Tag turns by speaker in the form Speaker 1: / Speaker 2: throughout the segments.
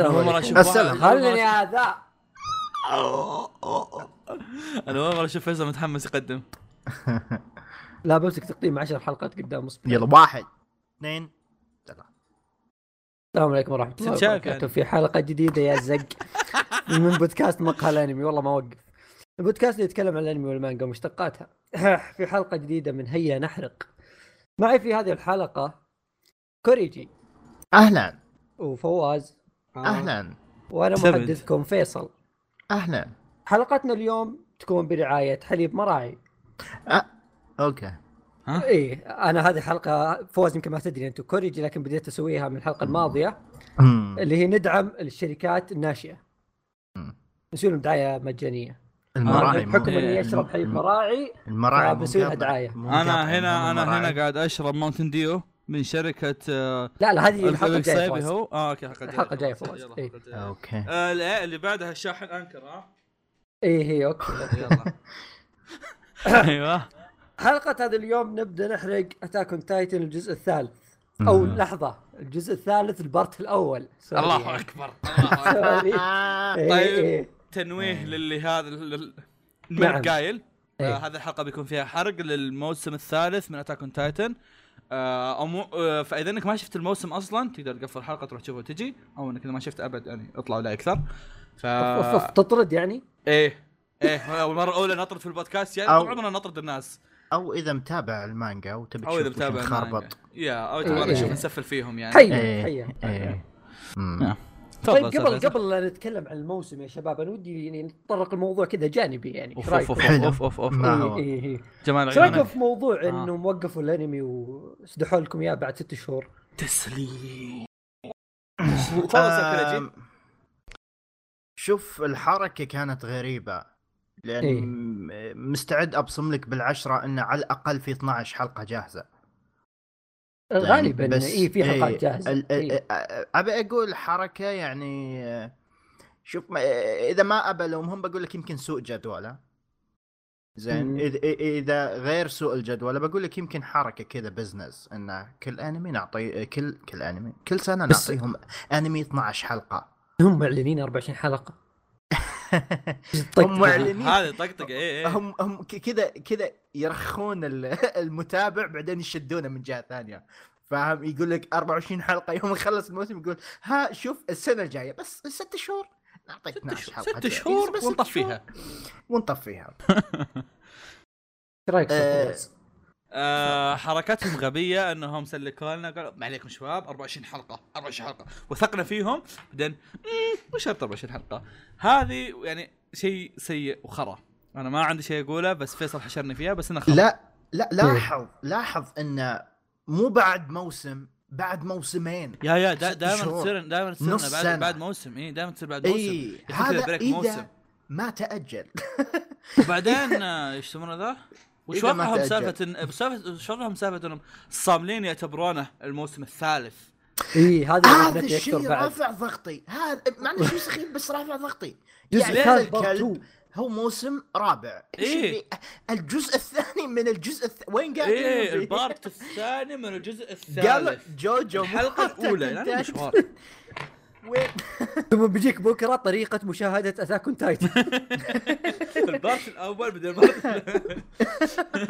Speaker 1: السلام
Speaker 2: أنا ما
Speaker 1: عليكم.
Speaker 2: أشوف واحد-
Speaker 1: السلام.
Speaker 3: خلني هذا
Speaker 2: انا اول مره اشوف فيصل متحمس يقدم
Speaker 3: لا بمسك تقديم 10 حلقات قدام اصبع
Speaker 1: يلا واحد اثنين ثلاثة
Speaker 3: السلام عليكم ورحمه الله
Speaker 2: شايف
Speaker 3: وبركاته
Speaker 2: يعني.
Speaker 3: في حلقه جديده يا زق من بودكاست مقهى الانمي والله ما وقف البودكاست اللي يتكلم عن الانمي والمانجا ومشتقاتها في حلقه جديده من هيا نحرق معي في هذه الحلقه كوريجي
Speaker 1: اهلا
Speaker 3: وفواز
Speaker 1: اهلا
Speaker 3: وانا
Speaker 2: سبت.
Speaker 3: محدثكم فيصل
Speaker 1: اهلا
Speaker 3: حلقتنا اليوم تكون برعايه حليب مراعي
Speaker 1: أه. اوكي
Speaker 2: ها؟
Speaker 3: ايه انا هذه حلقه فوز يمكن ما تدري انت كوريجي لكن بديت اسويها من الحلقه الماضيه
Speaker 1: أمم.
Speaker 3: اللي هي ندعم الشركات الناشئه نسوي لهم دعايه مجانيه
Speaker 1: المراعي
Speaker 2: آه،
Speaker 1: مو-
Speaker 3: بحكم اني
Speaker 2: إيه.
Speaker 3: اشرب حليب مراعي
Speaker 1: المراعي مو
Speaker 3: بسوي لها
Speaker 1: مقاطع.
Speaker 3: دعاية.
Speaker 1: مو مقاطع،
Speaker 2: انا هنا انا
Speaker 1: المراعي.
Speaker 2: هنا قاعد اشرب ماونتن ديو من شركه آه،
Speaker 3: لا لا هذه الحلقه
Speaker 2: الفيلم
Speaker 3: الجايه
Speaker 2: صيبي
Speaker 3: إيه، فوز.
Speaker 2: هو اه اوكي الحلقه الجاية.
Speaker 3: الحلقة الجاية فوز.
Speaker 2: يلا،
Speaker 3: إيه.
Speaker 2: الحلقة الجاية.
Speaker 1: اوكي
Speaker 2: آه، لا، اللي بعدها الشاحن آه. انكر ها
Speaker 3: ايه هي اوكي
Speaker 2: يلا ايوه
Speaker 3: حلقه هذا اليوم نبدا نحرق اتاك اون تايتن الجزء الثالث او
Speaker 1: مم.
Speaker 3: لحظه الجزء الثالث البارت الاول سوري.
Speaker 2: الله اكبر الله أكبر.
Speaker 3: سوري. إيه،
Speaker 2: طيب.
Speaker 3: إيه.
Speaker 2: تنويه للي هذا لل-
Speaker 3: نعم.
Speaker 2: الملك قايل آه،
Speaker 3: إيه.
Speaker 2: هذه الحلقه بيكون فيها حرق للموسم الثالث من اتاك اون تايتن آه، أمو... آه، فاذا انك ما شفت الموسم اصلا تقدر تقفل الحلقه تروح تشوفها وتجي او انك اذا ما شفت ابد يعني اطلع ولا اكثر ف
Speaker 3: أوف، أوف،
Speaker 1: آه.
Speaker 3: تطرد يعني
Speaker 1: إيه.
Speaker 2: ايه ايه والمره الاولى نطرد في البودكاست يعني
Speaker 1: أو-
Speaker 2: طول عمرنا نطرد الناس
Speaker 1: او اذا متابع المانجا وتبي
Speaker 2: او اذا
Speaker 1: تشوف
Speaker 2: متابع
Speaker 1: وش خربط
Speaker 2: المانجا. يعني. يا او
Speaker 3: إيه.
Speaker 2: تبغى نشوف نسفل فيهم يعني
Speaker 1: إيه،
Speaker 3: حيا إيه، حيا
Speaker 2: نعم.
Speaker 3: طيب
Speaker 2: تفضل
Speaker 3: قبل
Speaker 2: سالفة.
Speaker 3: قبل لا نتكلم عن الموسم يا شباب انا ودي يعني نتطرق الموضوع كذا جانبي يعني إيش
Speaker 2: اوف اوف
Speaker 3: رأيكم؟
Speaker 2: اوف اوف اوف, أوف.
Speaker 1: ما هو.
Speaker 3: إيه، إيه، إيه.
Speaker 2: جمال
Speaker 1: طيب،
Speaker 3: ايش رايكم
Speaker 2: عيونك
Speaker 3: في موضوع
Speaker 2: آه.
Speaker 3: انهم وقفوا الانمي وسدحوا لكم اياه بعد ست شهور؟
Speaker 2: تسليم آه، تفضل سالفة نجيب.
Speaker 1: شوف الحركة كانت غريبة لأن
Speaker 3: إيه.
Speaker 1: م- مستعد أبصم لك بالعشرة أن على الأقل في 12 حلقة جاهزة
Speaker 3: غالبا
Speaker 1: طيب، يعني بس
Speaker 3: اي في حلقات
Speaker 1: إيه،
Speaker 3: جاهزه
Speaker 1: ال- ال-
Speaker 3: إيه.
Speaker 1: أ- أبي أقول حركة يعني آه، شوف ما إذا ما أبى ألومهم بقول لك يمكن سوء جدولة زين
Speaker 3: مم.
Speaker 1: إذا إذا غير سوء الجدولة بقول لك يمكن حركة كذا بزنس أن كل أنمي نعطي كل كل أنمي كل سنة
Speaker 3: بس-
Speaker 1: نعطيهم أنمي 12 حلقة
Speaker 3: هم معلنين 24 حلقه طق.
Speaker 1: هم معلنين
Speaker 2: هذه طقطقه ايه ايه
Speaker 1: هم هم ك- كذا كذا يرخون ال- المتابع بعدين يشدونه من جهه ثانيه فاهم يقول لك 24 حلقه يوم يخلص الموسم يقول ها شوف السنه الجايه بس ست شهور نعطيك 12 حلقه
Speaker 2: ست
Speaker 1: جاية.
Speaker 2: شهور
Speaker 1: بس يعني. ست
Speaker 2: ونطفيها
Speaker 1: شهور ونطفيها
Speaker 3: ايش رايك
Speaker 1: آه.
Speaker 3: فواز؟
Speaker 2: آه حركتهم غبيه انهم سلكوا لنا قالوا ما عليكم شباب 24 حلقه 24 حلقه وثقنا فيهم بعدين مم، مو شرط 24 حلقه هذه يعني شيء سيء وخرا انا ما عندي شيء اقوله بس فيصل حشرني فيها بس انها خرا
Speaker 1: لا لا
Speaker 2: إيه.
Speaker 1: لاحظ لاحظ انه مو بعد موسم بعد موسمين
Speaker 2: يا يا
Speaker 1: ست
Speaker 2: دائما
Speaker 1: شهور.
Speaker 2: تصير دائما تصير
Speaker 1: نص
Speaker 2: بعد
Speaker 1: سنة.
Speaker 2: بعد موسم اي دائما تصير بعد موسم
Speaker 1: اي
Speaker 2: يكون كذا
Speaker 1: إيه، هذا
Speaker 2: بريك
Speaker 1: اذا
Speaker 2: موسم.
Speaker 1: ما تاجل
Speaker 2: بعدين آه، ايش يسمونه ذا؟ وش
Speaker 1: إذا ما
Speaker 2: وضعهم
Speaker 1: تأجل.
Speaker 2: سالفه إن- بسالفة- وش وضعهم سالفه انهم صاملين يعتبرونه الموسم الثالث
Speaker 3: اي هذا اللي
Speaker 1: هذا
Speaker 3: أثبت يكثر
Speaker 1: الشيء
Speaker 3: بعد
Speaker 1: رافع ضغطي هذا معلش شيء سخيف بس رافع ضغطي
Speaker 3: الجزء
Speaker 1: يعني هذا
Speaker 3: الثالث part
Speaker 1: الكلب
Speaker 3: two.
Speaker 1: هو موسم رابع إيش
Speaker 2: إيه.
Speaker 1: اللي- الجزء الثاني من الجزء الث... وين قاعد
Speaker 2: ايه البارت الثاني من الجزء
Speaker 1: قال
Speaker 2: الثالث
Speaker 1: جوجو
Speaker 2: الحلقه الاولى يعني مشوار
Speaker 1: وين
Speaker 3: ثم بيجيك بكره طريقه مشاهده اتاك اون تايتن
Speaker 2: البارت الاول بدل البارت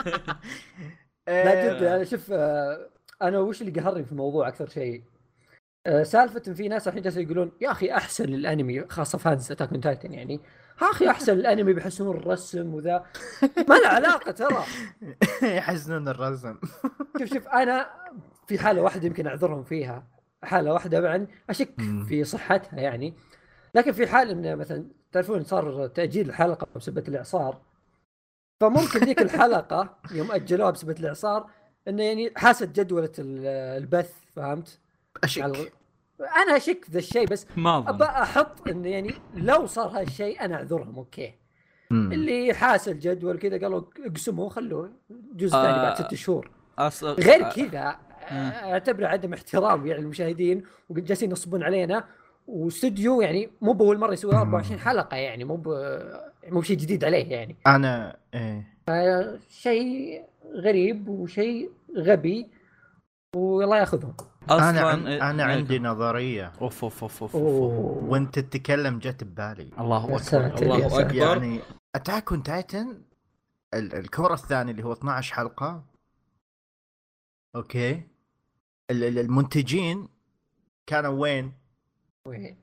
Speaker 1: إيه.
Speaker 3: لا جد انا شوف آه، انا وش اللي قهرني في الموضوع اكثر شيء آه، سالفه ان في ناس الحين جالسين يقولون يا اخي احسن الانمي خاصه فانز اتاك اون تايتن يعني يا اخي احسن الانمي بيحسنون الرسم وذا ما له علاقه ترى
Speaker 1: يحزنون الرسم
Speaker 3: شوف شوف انا في حاله واحده يمكن اعذرهم فيها حاله واحده طبعا اشك
Speaker 1: مم.
Speaker 3: في صحتها يعني لكن في حال ان مثلا تعرفون صار تاجيل الحلقه بسبب الاعصار فممكن ذيك الحلقه يوم اجلوها بسبب الاعصار انه يعني حاسد جدوله ال- البث فهمت؟ على-
Speaker 1: اشك
Speaker 3: انا اشك في ذا الشيء بس
Speaker 2: ما
Speaker 1: آه.
Speaker 3: ابى
Speaker 2: اظن
Speaker 3: احط انه يعني لو صار هالشيء انا اعذرهم اوكي
Speaker 1: مم.
Speaker 3: اللي حاسد جدول كذا قالوا اقسموه خلوه جزء
Speaker 2: آه.
Speaker 3: ثاني بعد ست شهور
Speaker 2: أص-
Speaker 3: غير كذا اعتبره عدم احترام يعني المشاهدين وقد جالسين ينصبون علينا واستوديو يعني مو باول مره يسوي 24 حلقه يعني مو ب- مو شيء جديد عليه يعني
Speaker 1: انا ايه
Speaker 3: شيء غريب وشيء غبي والله ياخذهم
Speaker 2: اصلا
Speaker 1: انا عن... انا
Speaker 2: يعني-
Speaker 1: عندي نظريه
Speaker 2: اوف اوف اوف اوف, أوف.
Speaker 3: اوه
Speaker 1: وانت تتكلم جت ببالي
Speaker 2: الله
Speaker 3: يا
Speaker 2: اكبر
Speaker 3: ساتر، يا
Speaker 2: الله
Speaker 3: ساتر.
Speaker 2: اكبر
Speaker 1: يعني اتاك اون تايتن ال- الكور الثاني اللي هو 12 حلقه اوكي ال- ال- المنتجين كانوا وين؟
Speaker 3: وين؟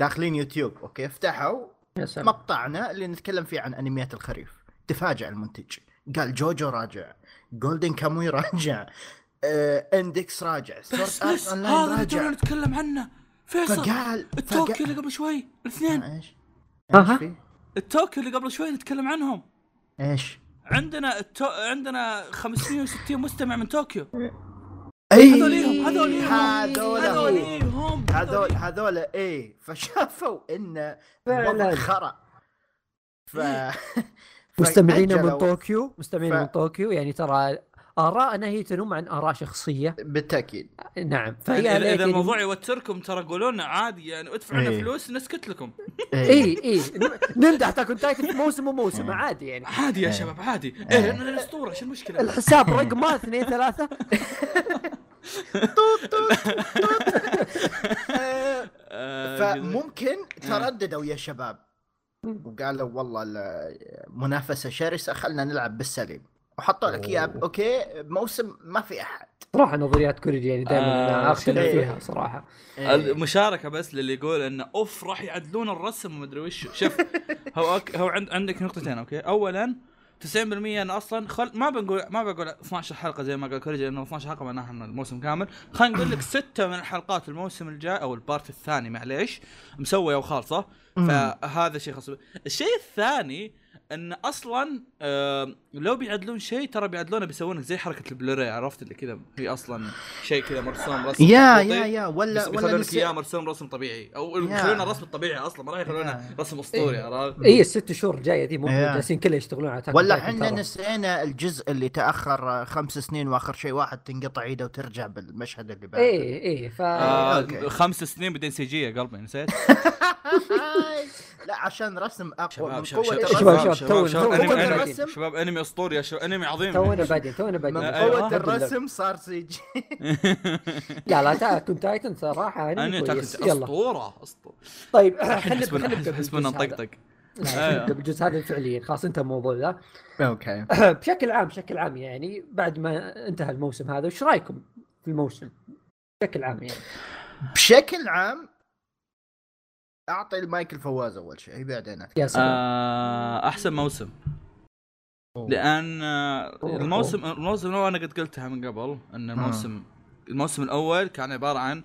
Speaker 1: داخلين يوتيوب اوكي فتحوا
Speaker 3: يا ساتر
Speaker 1: مقطعنا اللي نتكلم فيه عن انميات الخريف تفاجأ المنتج قال جوجو راجع جولدن كاموي راجع آه، اندكس راجع
Speaker 2: بس
Speaker 1: سورت
Speaker 2: بس
Speaker 1: ارت
Speaker 2: هذا
Speaker 1: اونلاين
Speaker 2: اللي تونا
Speaker 1: راجع
Speaker 2: نتكلم عنه فيصل
Speaker 1: فقال نعم.
Speaker 2: التوكيو اللي قبل شوي الاثنين
Speaker 1: ايش؟
Speaker 3: أها.
Speaker 1: ايش؟ في؟
Speaker 2: التوكيو اللي قبل شوي نتكلم عنهم
Speaker 1: ايش؟
Speaker 2: عندنا التو... عندنا 560 مستمع من طوكيو
Speaker 1: اي
Speaker 2: هذوليهم هذوليهم
Speaker 1: إيه. هذول هو.
Speaker 2: هذوليهم
Speaker 1: هذول هذول ايه فشافوا ان
Speaker 3: فعلاً.
Speaker 1: الوضع خرا ف
Speaker 3: مستمعينا من
Speaker 1: فأجلوا.
Speaker 3: طوكيو مستمعينا
Speaker 1: ف-
Speaker 3: من طوكيو يعني ترى آراءنا هي تنم عن آراء شخصية
Speaker 1: بالتاكيد
Speaker 3: نعم
Speaker 2: إذا-
Speaker 3: فهي
Speaker 2: اذا الموضوع يوتركم ترى قولوا لنا عادي يعني ادفعوا لنا
Speaker 1: إيه.
Speaker 2: فلوس نسكت لكم
Speaker 1: إيه.
Speaker 3: اي اي نمدح تاكون تايتن موسم وموسم عادي يعني
Speaker 2: عادي يا شباب عادي ايه انا الاسطوره شو المشكله
Speaker 3: الحساب رقمه اثنين ثلاثة
Speaker 1: آه،
Speaker 2: آه،
Speaker 1: فممكن ترددوا يا شباب وقالوا والله ال- منافسه شرسه خلنا نلعب بالسليم وحطوا لك اياه ب- اوكي موسم ما في احد
Speaker 3: صراحة نظريات كوريجي يعني
Speaker 2: آه،
Speaker 3: دائما اختلف
Speaker 1: إيه.
Speaker 3: فيها صراحة
Speaker 1: إيه.
Speaker 2: المشاركه بس للي يقول انه اوف راح يعدلون الرسم ومدري وش شوف هو أك... هو عند... عندك نقطتين اوكي اولا 90% انا اصلا خل... ما بنقول ما بقول 12 حلقه زي ما قال كوريجي لانه 12 حلقه معناها من الموسم كامل خلينا نقول لك سته من الحلقات الموسم الجاي او البارت الثاني معليش مسويه وخالصه فهذا شيء خاص بي. الشيء الثاني ان اصلا آه لو بيعدلون شيء ترى بيعدلونه بيسوونك زي حركه البلوراي عرفت اللي كذا هي اصلا شيء كذا مرسوم رسم
Speaker 1: يا
Speaker 2: بطيء.
Speaker 1: يا يا
Speaker 2: بس
Speaker 1: ولا ولا
Speaker 2: بيخلون لك اياه
Speaker 1: نسي-
Speaker 2: مرسوم رسم طبيعي او
Speaker 1: يا.
Speaker 2: يخلونه رسم طبيعي اصلا ما راح يخلونه
Speaker 1: يا.
Speaker 2: رسم اسطوري
Speaker 3: إيه.
Speaker 2: عرفت؟
Speaker 3: اي الست شهور الجاية دي مو
Speaker 1: إيه.
Speaker 3: جالسين كله يشتغلون على Attack on
Speaker 1: ولا
Speaker 3: Titan
Speaker 1: احنا
Speaker 3: ترى.
Speaker 1: نسينا الجزء اللي تاخر آه، خمس سنين واخر شيء واحد تنقطع ايده وترجع بالمشهد اللي بعده
Speaker 3: اي اي إيه، ف
Speaker 2: آه
Speaker 1: أوكي.
Speaker 2: خمس سنين بعدين سي جي يا قلبي نسيت
Speaker 1: لا عشان رسم اقوى
Speaker 2: شباب
Speaker 1: من
Speaker 2: شباب شباب
Speaker 1: قوة
Speaker 3: شباب،
Speaker 1: الرسم
Speaker 2: شباب
Speaker 3: تو-
Speaker 2: شباب شباب
Speaker 3: تو-
Speaker 2: أنمي-
Speaker 3: تو-
Speaker 2: أنمي-
Speaker 1: تو-
Speaker 2: شباب انمي اسطوري يا شباب انمي عظيم
Speaker 3: تونا بادين تونا
Speaker 1: من
Speaker 3: بادين
Speaker 2: أيوة.
Speaker 1: قوة الرسم صار سي جي
Speaker 3: لا لا تاكون تايتن صراحة
Speaker 2: انا
Speaker 3: أنمي كويس
Speaker 2: تاكلت
Speaker 3: يلا
Speaker 2: اسطوره اسطوره
Speaker 3: طيب خلينا
Speaker 2: حسبنا
Speaker 3: خلينا
Speaker 2: حسبنا نطقطق أيوة.
Speaker 3: نبدا بالجزء هذا فعليا خلاص انتهى الموضوع ذا
Speaker 1: اوكي
Speaker 3: بشكل عام بشكل عام يعني بعد ما انتهى الموسم هذا وش رايكم في الموسم؟ بشكل عام يعني
Speaker 1: بشكل عام اعطي المايك الفواز اول شيء بعدين أتكلم.
Speaker 3: يا سلام
Speaker 2: آه، احسن موسم لان آه،
Speaker 3: أوه. آه.
Speaker 2: الموسم الموسم الاول انا قد قلتها من قبل ان الموسم الموسم الاول كان عباره عن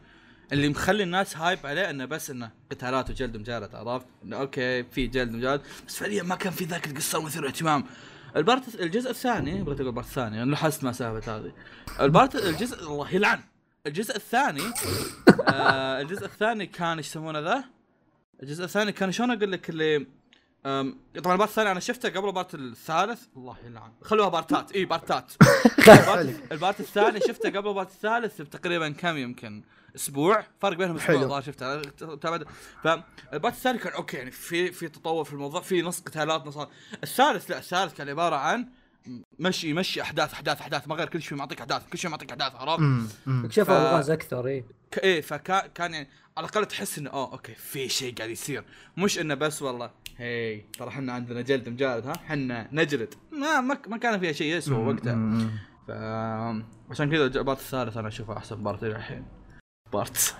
Speaker 2: اللي مخلي الناس هايب عليه انه بس انه قتالات وجلد مجالد عرفت؟ انه اوكي في جلد مجالد بس فعليا ما كان في ذاك القصه المثير اهتمام البارت الجزء الثاني بغيت اقول البارت الثاني انا لحست ما سافت هذه البارت الجزء الله يلعن الجزء الثاني آه الجزء الثاني كان ايش يسمونه ذا؟ الجزء الثاني كان شلون اقول لك اللي أم، طبعا البارت الثاني انا شفته قبل البارت الثالث الله يلعن خلوها بارتات اي بارتات البارت, البارت الثاني شفته قبل البارت الثالث بتقريبا كم يمكن اسبوع فرق بينهم اسبوع
Speaker 1: حلو.
Speaker 2: الظاهر شفته أنا تابعت فالبارت الثاني كان اوكي يعني في في تطور في الموضوع في نص قتالات نص الثالث لا الثالث كان عباره عن مشي مشي احداث احداث احداث ما غير كل شوي معطيك احداث كل شوي معطيك احداث عرفت؟
Speaker 1: أمم، أمم.
Speaker 3: شافوا إيه.
Speaker 2: ف-
Speaker 3: الغاز اكثر اي
Speaker 2: ك- ايه فكان كان يعني على الاقل تحس انه اه اوكي في شيء قاعد يصير مش انه بس والله هي ترى احنا عندنا جلد مجالد ها احنا نجلد ما ما, ما كان فيها شيء يسوى وقتها
Speaker 1: أمم.
Speaker 2: ف عشان كذا البارت الثالث انا اشوفه احسن بارت الى الحين بارت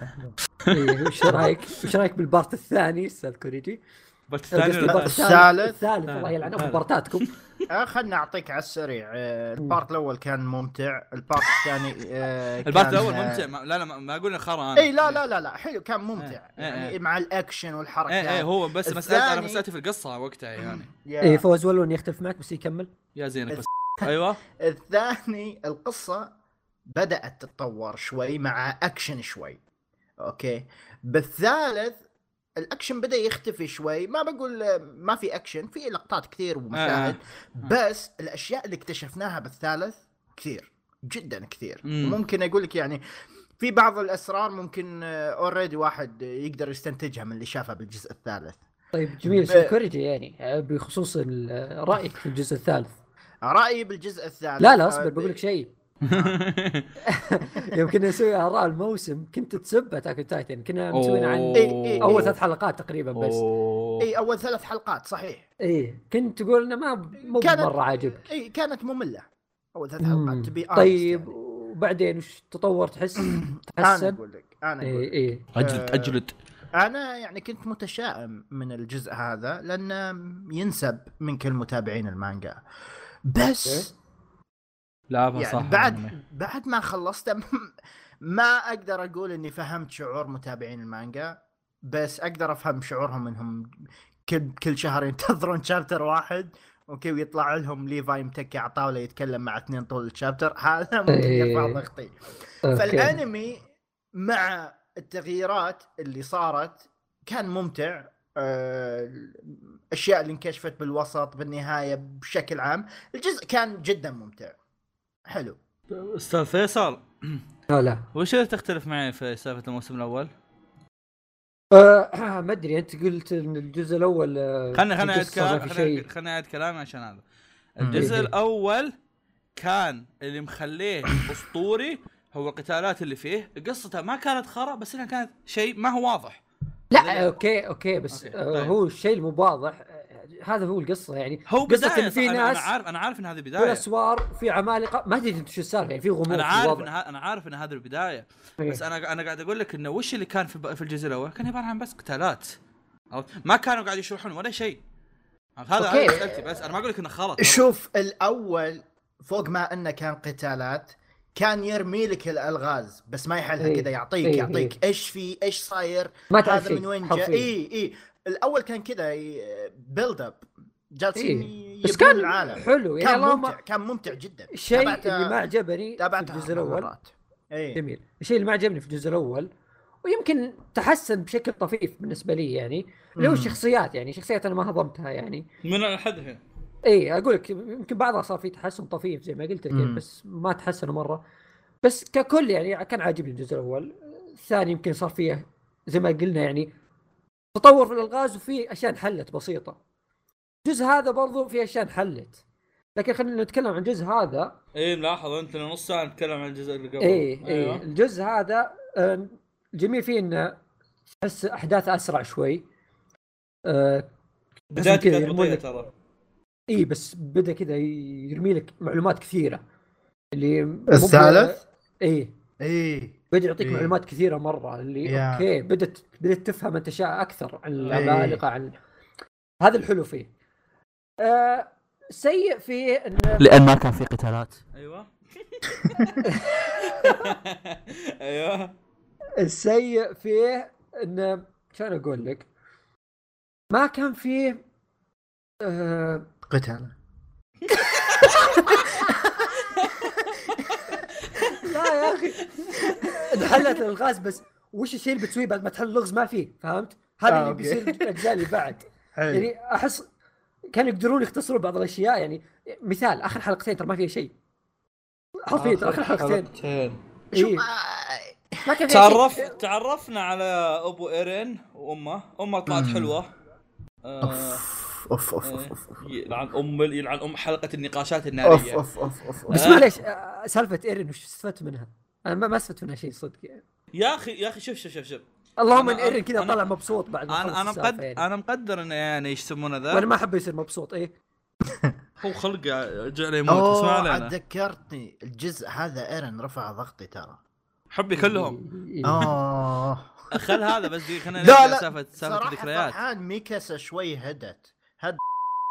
Speaker 3: إيه، وش رايك؟ وش رايك بالبارت الثاني استاذ كوريجي؟
Speaker 2: البارت
Speaker 3: قصدي البارت
Speaker 2: الثاني
Speaker 1: الثالث.
Speaker 3: الثالث
Speaker 2: آه،
Speaker 3: الله يلعن أخو بارتاتكم
Speaker 1: آه، خلنا اعطيك على السريع آه، البارت الاول كان ممتع البارت الثاني آه،
Speaker 2: البارت
Speaker 1: كان،
Speaker 2: الاول
Speaker 1: آه،
Speaker 2: ممتع ما- لا لا ما- ما اقول انه خرا انا
Speaker 1: اي لا لا لا لا حلو كان ممتع
Speaker 2: إيه،
Speaker 1: يعني
Speaker 2: إيه.
Speaker 1: مع الاكشن والحركات
Speaker 2: ايه ايه هو بس مسألة انا
Speaker 1: الثاني-
Speaker 2: مسألتي في القصة وقتها يعني
Speaker 1: يا.
Speaker 3: اي إيه، فوز ولون يختلف معك بس يكمل
Speaker 2: يا زينك بس ايوه
Speaker 1: الثاني القصة بدأت تتطور شوي مع أكشن شوي أوكي بالثالث الأكشن بدأ يختفي شوي ما بقول آه، ما في أكشن في لقطات كثير ومشاهد
Speaker 2: آه،
Speaker 1: بس الأشياء اللي اكتشفناها بالثالث كثير جدا كثير
Speaker 2: مم.
Speaker 1: ممكن أقول لك يعني في بعض الأسرار ممكن اوريدي واحد يقدر يستنتجها من اللي شافها بالجزء الثالث
Speaker 3: طيب جميل
Speaker 1: ب-
Speaker 3: استاذ كوريجي يعني آه، بخصوص ال- رايك في الجزء الثالث
Speaker 1: رأيي بالجزء الثالث
Speaker 3: لا لا
Speaker 1: آه،
Speaker 3: اصبر بقول لك شيء يوم كنا نسوي اراء الموسم كنت تسب اتاك تايتن كنا مسوينا عن
Speaker 1: إي- إي-
Speaker 3: اول ثلاث حلقات تقريبا بس
Speaker 1: اي اول ثلاث حلقات صحيح
Speaker 3: اي كنت تقول انه ما مو
Speaker 1: كانت-
Speaker 3: مره عاجبك
Speaker 1: اي كانت ممله اول ثلاث
Speaker 3: مم.
Speaker 1: حلقات تبي
Speaker 3: طيب
Speaker 1: يعني.
Speaker 3: وبعدين وش تطور تحس
Speaker 1: انا
Speaker 3: تحسن إيه،
Speaker 1: اقول لك انا اقول
Speaker 3: اي
Speaker 1: لك
Speaker 3: اي
Speaker 2: اجلد
Speaker 1: آه.
Speaker 2: اجلد
Speaker 1: انا يعني كنت متشائم من الجزء هذا لانه ينسب من كل متابعين المانجا بس
Speaker 2: لا ما صح
Speaker 1: يعني بعد بعد ما خلصته ما اقدر اقول اني فهمت شعور متابعين المانجا بس اقدر افهم شعورهم انهم كل كل شهر ينتظرون شابتر واحد اوكي ويطلع لهم ليفاي متكي على طاوله يتكلم مع اثنين طول الشابتر هذا ممكن يرفع
Speaker 3: إيه.
Speaker 1: ضغطي
Speaker 3: أوكي.
Speaker 1: فالانمي مع التغييرات اللي صارت كان ممتع آه، الاشياء اللي انكشفت بالوسط بالنهايه بشكل عام الجزء كان جدا ممتع حلو
Speaker 2: استاذ فيصل
Speaker 3: لا آه، لا
Speaker 2: وش اللي تختلف معي في سالفه الموسم الاول؟
Speaker 3: آه، ما ادري انت قلت ان الجزء الاول آه،
Speaker 2: خلنا خلنا اعيد
Speaker 3: القصة ما
Speaker 2: كلام
Speaker 3: في
Speaker 2: خلنا-
Speaker 3: شيء
Speaker 2: خلنا اعيد كلامي عشان هذا
Speaker 1: مم.
Speaker 2: الجزء
Speaker 3: إيه.
Speaker 2: الاول كان اللي مخليه اسطوري هو القتالات اللي فيه قصته ما كانت خرا بس انها كانت شيء ما هو واضح
Speaker 3: لا اوكي اوكي بس
Speaker 2: أوكي،
Speaker 3: آه،
Speaker 2: طيب.
Speaker 3: هو الشيء المو واضح آه، هذا هو القصه يعني
Speaker 2: هو
Speaker 3: قصة
Speaker 2: بدايه
Speaker 3: إن في
Speaker 2: أنا-
Speaker 3: ناس-
Speaker 2: انا عارف انا عارف ان هذه
Speaker 3: في
Speaker 2: بدايه
Speaker 3: اسوار في عمالقه ما ادري انت شو السالفه يعني في غموض
Speaker 2: انا
Speaker 3: في
Speaker 2: عارف
Speaker 3: الوضع.
Speaker 2: ان ه- انا عارف ان هذه البدايه
Speaker 3: إيه.
Speaker 2: بس انا انا قاعد اقول لك انه وش اللي كان في الب- في الجزء الاول كان عباره عن بس قتالات عرفت؟ ما كانوا قاعد يشرحون ولا شيء هذا
Speaker 3: أوكي.
Speaker 2: هذا مسألتي بس انا ما اقول لك انه خرا ترى.
Speaker 1: شوف الاول فوق ما انه كان قتالات كان يرمي لك الالغاز بس ما يحلها
Speaker 3: إيه،
Speaker 1: كذا يعطيك
Speaker 3: إيه،
Speaker 1: يعطيك ايش في ايش صاير
Speaker 3: ما تعرف
Speaker 1: هذا
Speaker 3: شيء
Speaker 1: من وين جاء
Speaker 3: حرفياً.
Speaker 1: اي اي الاول كان كذا بيلد اب جالسين
Speaker 3: إيه.
Speaker 1: إيه.
Speaker 3: بس كان حلو يعني
Speaker 1: كان
Speaker 3: اللهم
Speaker 1: ممتع كان ممتع جدا
Speaker 3: الشيء
Speaker 1: تابعته-
Speaker 3: اللي ما عجبني في
Speaker 1: تابعته
Speaker 3: الجزء
Speaker 1: أربع
Speaker 3: الاول
Speaker 1: مرات. إيه. اي
Speaker 3: جميل الشيء اللي ما عجبني في الجزء الاول ويمكن تحسن بشكل طفيف بالنسبه لي يعني اللي هو
Speaker 1: مم.
Speaker 3: الشخصيات يعني شخصيات انا ما هضمتها يعني
Speaker 2: من الحد هنا
Speaker 3: اي اقول إيه، لك يمكن بعضها صار فيه تحسن طفيف زي ما قلت لك يعني
Speaker 1: مم.
Speaker 3: بس ما تحسنوا مره بس ككل يعني كان عاجبني الجزء الاول الثاني يمكن صار فيه زي ما قلنا يعني تطور في الالغاز وفي اشياء انحلت بسيطه الجزء هذا برضو في اشياء انحلت لكن خلينا نتكلم عن الجزء هذا
Speaker 2: اي ملاحظ انت نص ساعه نتكلم عن الجزء اللي أيوة. قبل
Speaker 1: إيه،
Speaker 3: اي اي إيه، الجزء هذا آه، الجميل فيه انه تحس احداث اسرع شوي آه، بداية كذا كانت يرمون بطيئة لك-
Speaker 2: ترى
Speaker 3: اي إيه، بس بدا كذا يرمي لك معلومات كثيره اللي مو ب-
Speaker 1: الثالث؟
Speaker 3: اي
Speaker 1: اي
Speaker 3: بدا يعطيك
Speaker 1: إيه.
Speaker 3: معلومات كثيره مره اللي
Speaker 1: يا.
Speaker 3: اوكي بدات بدات تفهم انت اشياء اكثر عن
Speaker 1: إيه.
Speaker 3: العمالقه عن هذا الحلو فيه آه سيء فيه انه
Speaker 4: لان ما كان في قتالات
Speaker 2: ايوه ايوه
Speaker 3: السيء فيه انه شلون اقول لك ما كان فيه آه
Speaker 1: قتال
Speaker 3: لا يا اخي انحلت الغاز بس وش الشيء اللي بتسويه بعد ما تحل اللغز ما فيه فهمت؟ هذا
Speaker 1: آه،
Speaker 3: اللي
Speaker 1: أوكي.
Speaker 3: بيصير الاجزاء اللي بعد
Speaker 1: حلو
Speaker 3: يعني احس كانوا يقدرون يختصرون بعض الاشياء يعني مثال اخر حلقتين ترى ما فيها شيء حرفيا
Speaker 1: آه،
Speaker 3: ترى اخر حلقتين إيه. ما كان فيها شيء.
Speaker 2: تعرف تعرفنا على ابو ايرين وامه امه طلعت
Speaker 1: مم.
Speaker 2: حلوه آه،
Speaker 1: اوف اوف اوف
Speaker 2: آه،
Speaker 1: اوف أوف.
Speaker 2: يلعن ام ال- يلعن ام حلقه النقاشات
Speaker 1: اوف
Speaker 2: الناريه
Speaker 1: اوف اوف اوف
Speaker 3: بس
Speaker 1: أوف.
Speaker 3: معليش آه، سالفه ايرن وش استفدت منها؟ انا ما ما استفدت منها شيء صدق يعني.
Speaker 2: يا اخي يا اخي شوف شوف شوف شوف
Speaker 3: اللهم ان
Speaker 2: أنا-
Speaker 3: ايرن كذا
Speaker 2: أنا-
Speaker 3: طلع مبسوط بعد ما خلص
Speaker 2: انا انا
Speaker 3: السالفة
Speaker 2: مقدر
Speaker 3: يعني.
Speaker 2: انا مقدر انه يعني ايش يسمونه
Speaker 3: وانا
Speaker 2: ذا
Speaker 3: ما احبه يصير مبسوط ايه
Speaker 2: هو خلقه جعله يموت بس ما
Speaker 1: اوه عاد
Speaker 2: علينا
Speaker 1: ذكرتني الجزء هذا ايرن رفع ضغطي ترى
Speaker 2: حبي كلهم
Speaker 3: إيه،
Speaker 1: آه. اوه
Speaker 3: آه.
Speaker 2: خل هذا بس دي خلينا
Speaker 1: لا،
Speaker 2: نرجع
Speaker 1: لا،
Speaker 2: سالفه سالفه
Speaker 1: صراحة
Speaker 2: الذكريات
Speaker 1: فرحان ميكاسا شوي هدت هد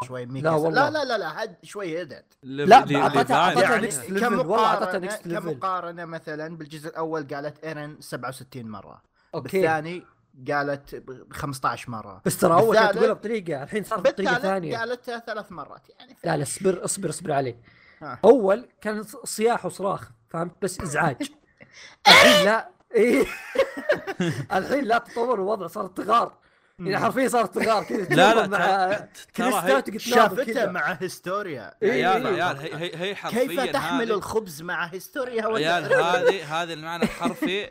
Speaker 1: شوي ميكاسا
Speaker 3: لا
Speaker 1: لا
Speaker 3: والله.
Speaker 1: لا لا لا, لا هد شوي هدت
Speaker 3: لا،
Speaker 2: لب-
Speaker 3: أعطتها-
Speaker 2: لبان.
Speaker 3: أعطتها next level، والله أعطتها next level.
Speaker 1: كمقارنة مثلا بالجزء الأول قالت ايرن 67 مرة
Speaker 3: اوكي
Speaker 1: بالثاني قالت ب 15 مرة
Speaker 3: بس ترى اول كانت
Speaker 1: بالثالث-
Speaker 3: تقولها بطريقه الحين صارت بطريقه
Speaker 1: بالثالث
Speaker 3: ثانيه
Speaker 1: قالتها ثلاث مرات يعني
Speaker 3: لا لا اصبر اصبر اصبر عليه
Speaker 1: ها.
Speaker 3: اول كان ص- صياح وصراخ فهمت بس ازعاج
Speaker 1: إيه!
Speaker 3: الحين لا إيه. الحين لا تطور الوضع صار تغار يعني حرفيا صار تغار كذا
Speaker 2: لا لا
Speaker 3: تتناظر
Speaker 2: ترى-
Speaker 3: كريستال
Speaker 2: ترى هي-
Speaker 3: تقعد تناظر
Speaker 1: شافته
Speaker 3: كذا
Speaker 1: مع هيستوريا
Speaker 3: إيه،
Speaker 2: عيال
Speaker 3: إيه.
Speaker 2: عيال هي- هي هي حرفيا
Speaker 1: كيف تحمل
Speaker 2: هذه-
Speaker 1: الخبز مع هيستوريا
Speaker 2: عيال
Speaker 1: ولا
Speaker 2: هذه هذه المعنى الحرفي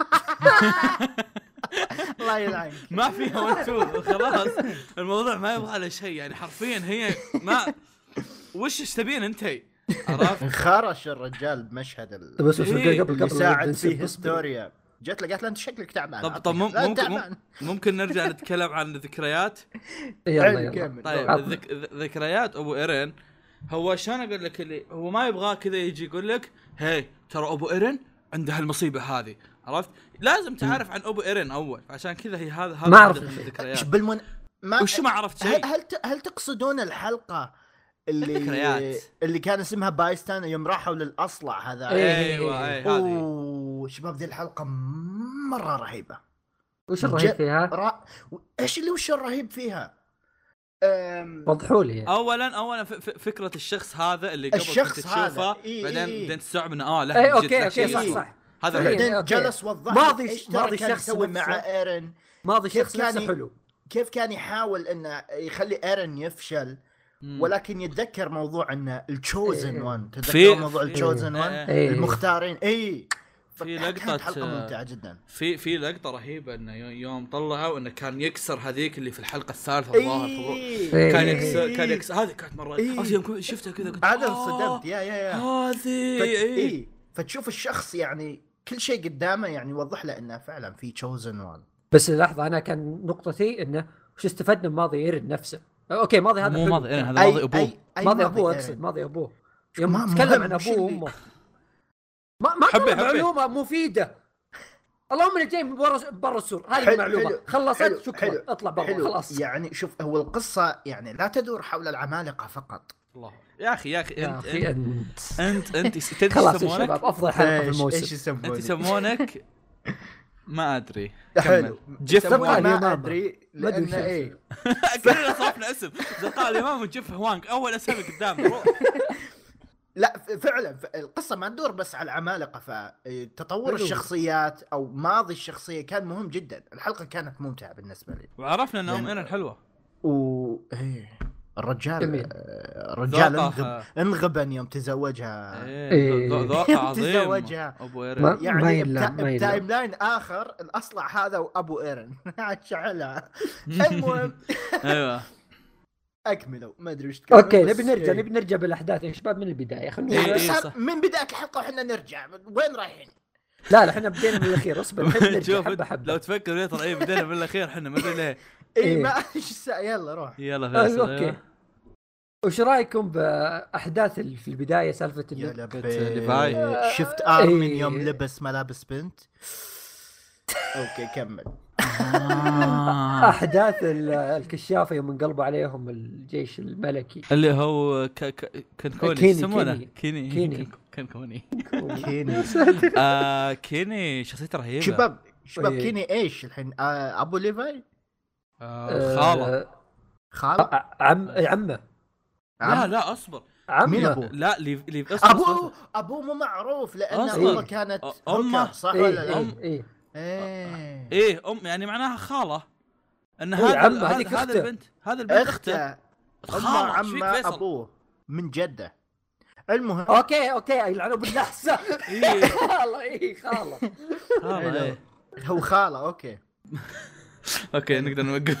Speaker 1: الله يلعنك
Speaker 2: ما فيها وتو خلاص الموضوع ما يبغى له شيء يعني حرفيا هي ما وش ايش تبين انت؟ عرفت؟
Speaker 1: انخرش الرجال بمشهد ال-
Speaker 3: طب طيب، بس بس
Speaker 2: إيه،
Speaker 3: قبل قبل
Speaker 1: اللي ساعد
Speaker 3: قبل- بس-
Speaker 1: فيه هستوريا جت لقيت له انت شكلك تعبان
Speaker 2: طب- طب مم-
Speaker 1: لا،
Speaker 2: ممكن-
Speaker 1: تعبان.
Speaker 2: ممكن نرجع نتكلم عن الذكريات
Speaker 3: يلا
Speaker 1: عادي،
Speaker 3: يلا
Speaker 1: كمل.
Speaker 2: طيب
Speaker 3: عطنا.
Speaker 2: الذك... الذ- ذكريات ابو ايرن هو شلون اقول لك اللي هو ما يبغاه كذا يجي يقول لك هي ترى ابو ايرن عنده المصيبه هذه عرفت؟ لازم تعرف عن ابو ايرن اول عشان كذا هي هذا هذا
Speaker 3: ما أعرف
Speaker 2: هدف من
Speaker 3: شيء.
Speaker 1: ايش
Speaker 2: الذكريات
Speaker 1: بالمن ما
Speaker 2: وش طيب. ما عرفت شيء
Speaker 1: هل هل, ت... هل تقصدون الحلقه اللي
Speaker 2: الذكريات.
Speaker 1: اللي كان اسمها بايستان يوم راحوا للاصلع هذا
Speaker 3: إيه.
Speaker 2: ايوه اي هذه
Speaker 1: اوه شباب ذي الحلقه مره رهيبه
Speaker 3: وش الرهيب
Speaker 1: جد.
Speaker 3: فيها؟
Speaker 1: را... ايش اللي وش الرهيب فيها؟ أم...
Speaker 3: وضحوا لي يعني.
Speaker 2: اولا اولا ف- ف- فكره الشخص هذا اللي قبل كنت
Speaker 1: الشخص
Speaker 2: تشوفه
Speaker 1: هذا. إي-
Speaker 2: بعدين
Speaker 1: إي.
Speaker 2: بعدين تستوعب انه اه لا
Speaker 3: اي
Speaker 2: من جد
Speaker 3: اوكي
Speaker 2: لا
Speaker 3: اوكي
Speaker 2: شيء.
Speaker 3: صح
Speaker 1: إيه.
Speaker 3: صح
Speaker 2: هذا
Speaker 3: إيه.
Speaker 2: الهدف.
Speaker 1: بعدين
Speaker 3: أوكي.
Speaker 1: جلس وضح
Speaker 3: ماضي-
Speaker 1: ايش ترى
Speaker 3: ماضي
Speaker 1: كان
Speaker 3: الشخص
Speaker 1: يسوي
Speaker 3: نفسه.
Speaker 1: مع ايرن
Speaker 3: ماضي
Speaker 1: كيف
Speaker 3: الشخص نفسه
Speaker 1: كان-
Speaker 3: حلو
Speaker 1: كيف كان يحاول انه يخلي ايرن يفشل
Speaker 2: مم.
Speaker 1: ولكن يتذكر موضوع انه التشوزن
Speaker 3: إيه.
Speaker 1: وان
Speaker 2: في-
Speaker 1: تتذكر موضوع
Speaker 2: في-
Speaker 1: التشوزن وان
Speaker 2: إيه.
Speaker 3: إيه.
Speaker 1: المختارين اي
Speaker 2: في
Speaker 1: فكانت
Speaker 2: لقطة،
Speaker 1: حلقه
Speaker 2: آه،
Speaker 1: ممتعه جدا
Speaker 2: في في لقطه رهيبه انه يو- يوم طلعوا انه كان يكسر هذيك اللي في الحلقه الثالثه الظاهر في-
Speaker 1: إيه.
Speaker 2: كان
Speaker 3: إيه.
Speaker 2: يكسر كان يكسر هذه كانت مره
Speaker 1: إيه.
Speaker 2: أصلاً يوم شفتها كذا قلت
Speaker 1: عاد
Speaker 2: آه،
Speaker 1: انصدمت يا يا يا
Speaker 2: هذه
Speaker 1: فت-
Speaker 2: اي
Speaker 1: إيه. فتشوف الشخص يعني كل شيء قدامه يعني يوضح له انه فعلا في تشوزن وان
Speaker 3: بس لحظه انا كان نقطتي انه وش استفدنا من ماضي ايرن نفسه اوكي ماضي هذا
Speaker 2: مو
Speaker 3: حلو.
Speaker 2: ماضي إيرن، هذا ماضي ابوه
Speaker 3: ماضي ابوه اقصد
Speaker 1: إيه.
Speaker 3: ماضي ابوه يوم
Speaker 1: ما-
Speaker 3: تكلم
Speaker 1: مهم
Speaker 3: عن
Speaker 1: وش
Speaker 3: ابوه
Speaker 1: اللي-
Speaker 3: وامه ما ما
Speaker 2: حبي-
Speaker 3: حبي
Speaker 2: حبي.
Speaker 3: معلومه مفيده اللهم اني جاي من برا برا السور هذه
Speaker 1: حلو-
Speaker 3: المعلومه
Speaker 1: حلو-
Speaker 3: خلصت
Speaker 1: حلو-
Speaker 3: شكرا
Speaker 1: حلو-
Speaker 3: اطلع برا
Speaker 1: حلو
Speaker 3: خلاص
Speaker 1: خلاص يعني شوف هو القصه يعني لا تدور حول العمالقه فقط
Speaker 2: الله يا اخي يا اخي
Speaker 3: يا
Speaker 2: انت
Speaker 3: اخي
Speaker 2: انت
Speaker 3: انت
Speaker 2: انت انت تدري
Speaker 3: خلاص يا
Speaker 2: يسمونك
Speaker 3: شباب افضل حلقه في
Speaker 1: إيش- ايش
Speaker 3: الموسم
Speaker 2: انت
Speaker 1: يسمونه؟
Speaker 2: يسمونك ما ادري كمل
Speaker 1: حلو
Speaker 2: جف
Speaker 1: يسمونه
Speaker 3: زقال يا
Speaker 1: ما
Speaker 3: ماما.
Speaker 1: ادري
Speaker 3: ما أدري وش
Speaker 1: لانه ايه
Speaker 2: كلنا صرفنا اسم زقال الامام وجف هوانك اول اسامي قدامنا روح.
Speaker 1: لا ف- فعلا ف- القصه ما تدور بس على العمالقه فتطور
Speaker 3: حلو.
Speaker 1: الشخصيات او ماضي الشخصيه كان مهم جدا الحلقه كانت ممتعه بالنسبه لي
Speaker 2: وعرفنا ان ام
Speaker 1: يعني-
Speaker 2: ايرن حلوه
Speaker 1: و إيه، الرجال
Speaker 3: جميل.
Speaker 1: آه، الرجال انغب
Speaker 2: ذوقها
Speaker 1: انغبن يوم تزوجها
Speaker 2: إيه، ذو-
Speaker 3: إيه.
Speaker 2: ذوقها عظيم
Speaker 1: تزوجها.
Speaker 2: ابو
Speaker 3: ما-
Speaker 2: ايرن
Speaker 3: ما
Speaker 1: يعني
Speaker 3: يلام، ما
Speaker 1: بتا-
Speaker 3: يلام.
Speaker 1: بتايم لاين اخر الاصلع هذا وابو ايرن عاد شعلها المهم
Speaker 2: ايوه
Speaker 1: اكملوا ما ادري وش تكمل،
Speaker 3: اوكي
Speaker 1: بس
Speaker 3: نبي نرجع
Speaker 1: إيه.
Speaker 3: نبي نرجع بالاحداث يا شباب من البدايه خلينا
Speaker 2: إيه،
Speaker 1: بس
Speaker 2: إيه،
Speaker 1: هم-
Speaker 2: صح.
Speaker 1: من بدايه الحلقه واحنا نرجع وين رايحين؟
Speaker 3: لا لا احنا بدينا من الاخير اصبر الحين نرجع
Speaker 2: شوف
Speaker 3: حبه
Speaker 2: لو
Speaker 3: حبه
Speaker 2: تفكر ليه ترى اي بدينا بالاخير احنا ما ادري ليه
Speaker 1: اي
Speaker 3: إيه.
Speaker 1: ما ايش الساعة؟ يلا روح
Speaker 2: يلا
Speaker 3: آه،
Speaker 2: فيصل
Speaker 3: اوكي
Speaker 2: أيوة.
Speaker 3: وش رايكم باحداث ال- في البدايه سالفه
Speaker 1: يا
Speaker 3: انه
Speaker 1: لبيك
Speaker 2: ليفاي.
Speaker 1: شفت ارمن
Speaker 3: إيه.
Speaker 1: يوم لبس ملابس بنت اوكي كمل
Speaker 2: آه.
Speaker 3: احداث ال- الكشافه يوم انقلبوا عليهم الجيش الملكي
Speaker 2: اللي هو ك... ك... كنكوني
Speaker 3: كيني،
Speaker 2: يسمونه
Speaker 3: كيني.
Speaker 2: كيني
Speaker 3: كيني.
Speaker 2: كنك- كنكوني
Speaker 1: كيني
Speaker 2: آه كيني شخصيته رهيبه
Speaker 1: شباب شباب
Speaker 3: إيه.
Speaker 1: كيني ايش الحين آه، ابو ليفاي؟
Speaker 2: آه خاله
Speaker 1: خاله؟
Speaker 3: آه، عم عمه
Speaker 2: لا لا اصبر
Speaker 3: عمه
Speaker 1: مين ابوه؟
Speaker 2: لا ليف ليف اصبر
Speaker 1: ابوه ابوه مو معروف لان
Speaker 2: أصلاً.
Speaker 1: امه كانت
Speaker 2: أ- أمه.
Speaker 1: امه صح ولا
Speaker 3: ايه
Speaker 1: لا؟
Speaker 3: ايه, إيه.
Speaker 1: ايه
Speaker 2: ايه ام يعني معناها خاله ان
Speaker 3: إيه،
Speaker 2: هذا
Speaker 3: عمه،
Speaker 2: هذا-
Speaker 3: هذيك
Speaker 2: هذا
Speaker 3: أخته.
Speaker 2: البنت هذا البنت اخته
Speaker 1: اخته
Speaker 2: خاله
Speaker 1: امه عمه ابوه من جده المهم
Speaker 3: اوكي اوكي يلعنوا بالنحسه
Speaker 2: ايه
Speaker 3: الله ايه خاله
Speaker 2: خاله إيه.
Speaker 1: هو خاله اوكي
Speaker 2: اوكي نقدر نوقف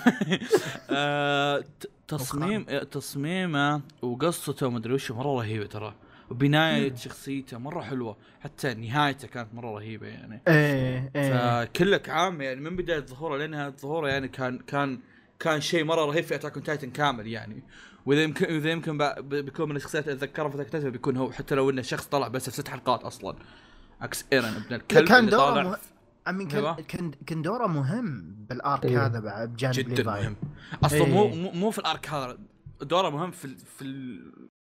Speaker 2: آه، ت- تصميم تصميمه وقصته ومدري وش مره رهيبه ترى وبنايه شخصيته مره حلوه حتى نهايته كانت مره رهيبه يعني
Speaker 3: إيه،
Speaker 1: ايه ايه
Speaker 2: فكلك عام يعني من بدايه ظهوره لنهايه ظهوره يعني كان كان كان شيء مره رهيب في اتاك تايتن كامل يعني واذا يمكن اذا يمكن ب- ب- بيكون من الشخصيات اللي اتذكرها في اتاك تايتن بيكون هو حتى لو انه شخص طلع بس في ست حلقات اصلا عكس ايرن ابن الكلب
Speaker 1: كان
Speaker 2: اللي
Speaker 1: دوره
Speaker 2: طالع
Speaker 1: مه- امين كان
Speaker 2: أيوة.
Speaker 1: كان كان دوره مهم بالارك
Speaker 3: إيه.
Speaker 1: هذا بعد بجانب
Speaker 2: جدا
Speaker 1: ليفاي.
Speaker 2: مهم اصلا مو
Speaker 1: إيه.
Speaker 2: مو مو في الارك هذا دوره مهم في ال- في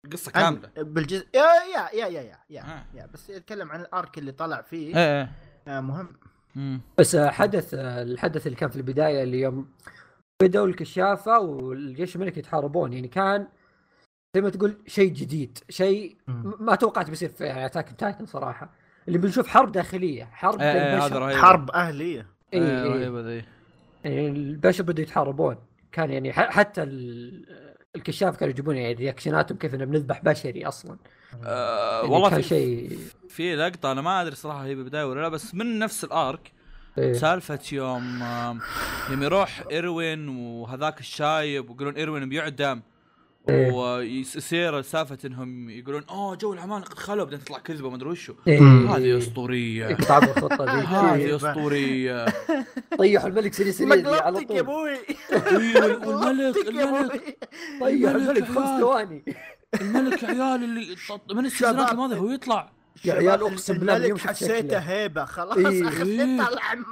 Speaker 2: القصه
Speaker 1: عن-
Speaker 2: كامله
Speaker 1: بالجزء يا يا يا يا يا, يا.
Speaker 2: آه.
Speaker 1: يا بس يتكلم عن الارك اللي طلع فيه
Speaker 2: ايه
Speaker 1: آه مهم
Speaker 3: بس آه، حدث آه، الحدث اللي كان في البدايه اللي يوم بدأوا الكشافه والجيش الملكي يتحاربون يعني كان زي ما تقول شيء جديد شيء
Speaker 1: مم.
Speaker 3: م- ما توقعت بيصير في يعني اتاك تايتن صراحه اللي بنشوف حرب داخليه حرب بين
Speaker 2: إيه، هذا
Speaker 3: البشر
Speaker 2: رهيب
Speaker 1: حرب اهليه
Speaker 3: إيه، إيه.
Speaker 2: إيه، رهيبه ذي
Speaker 3: يعني البشر بدوا يتحاربون كان يعني ح- حتى ال- الكشاف كانوا يجيبون يعني رياكشناتهم كيف انه بنذبح بشري اصلا
Speaker 2: آه،
Speaker 3: يعني
Speaker 2: والله
Speaker 3: كان
Speaker 2: في
Speaker 3: شيء
Speaker 2: في لقطه انا ما ادري صراحه هي بالبدايه ولا لا بس من نفس الارك
Speaker 3: إيه.
Speaker 2: سالفه يوم آم، يوم يروح ايروين وهذاك الشايب ويقولون ايروين بيعدم
Speaker 3: إيه.
Speaker 2: ويصير سالفه انهم يقولون اوه جو العمالقه خلوا بعدين تطلع كذبه ما ادري وشو
Speaker 1: إيه.
Speaker 2: هذه اسطوريه
Speaker 3: يقطعوا الخطه ذي إيه.
Speaker 2: هذه اسطوريه
Speaker 3: طيحوا الملك سري سري على
Speaker 1: مقلبتك يا
Speaker 3: طول
Speaker 1: ابوي
Speaker 2: ايوه والملك
Speaker 1: مقلبتك يا
Speaker 2: الملك
Speaker 1: ابوي
Speaker 3: طيحوا الملك
Speaker 2: الملك
Speaker 3: خمس
Speaker 2: هذا.
Speaker 3: ثواني
Speaker 2: الملك يا عيال اللي طط- من السيزونات
Speaker 1: شباب.
Speaker 2: الماضيه هو يطلع
Speaker 3: يا عيال،
Speaker 1: شباب،
Speaker 3: أقسم بالله اليوم
Speaker 1: الملك
Speaker 3: شفت
Speaker 1: حسيته
Speaker 3: شكله.
Speaker 1: هيبه خلاص
Speaker 3: إيه.
Speaker 1: اخذت على العمام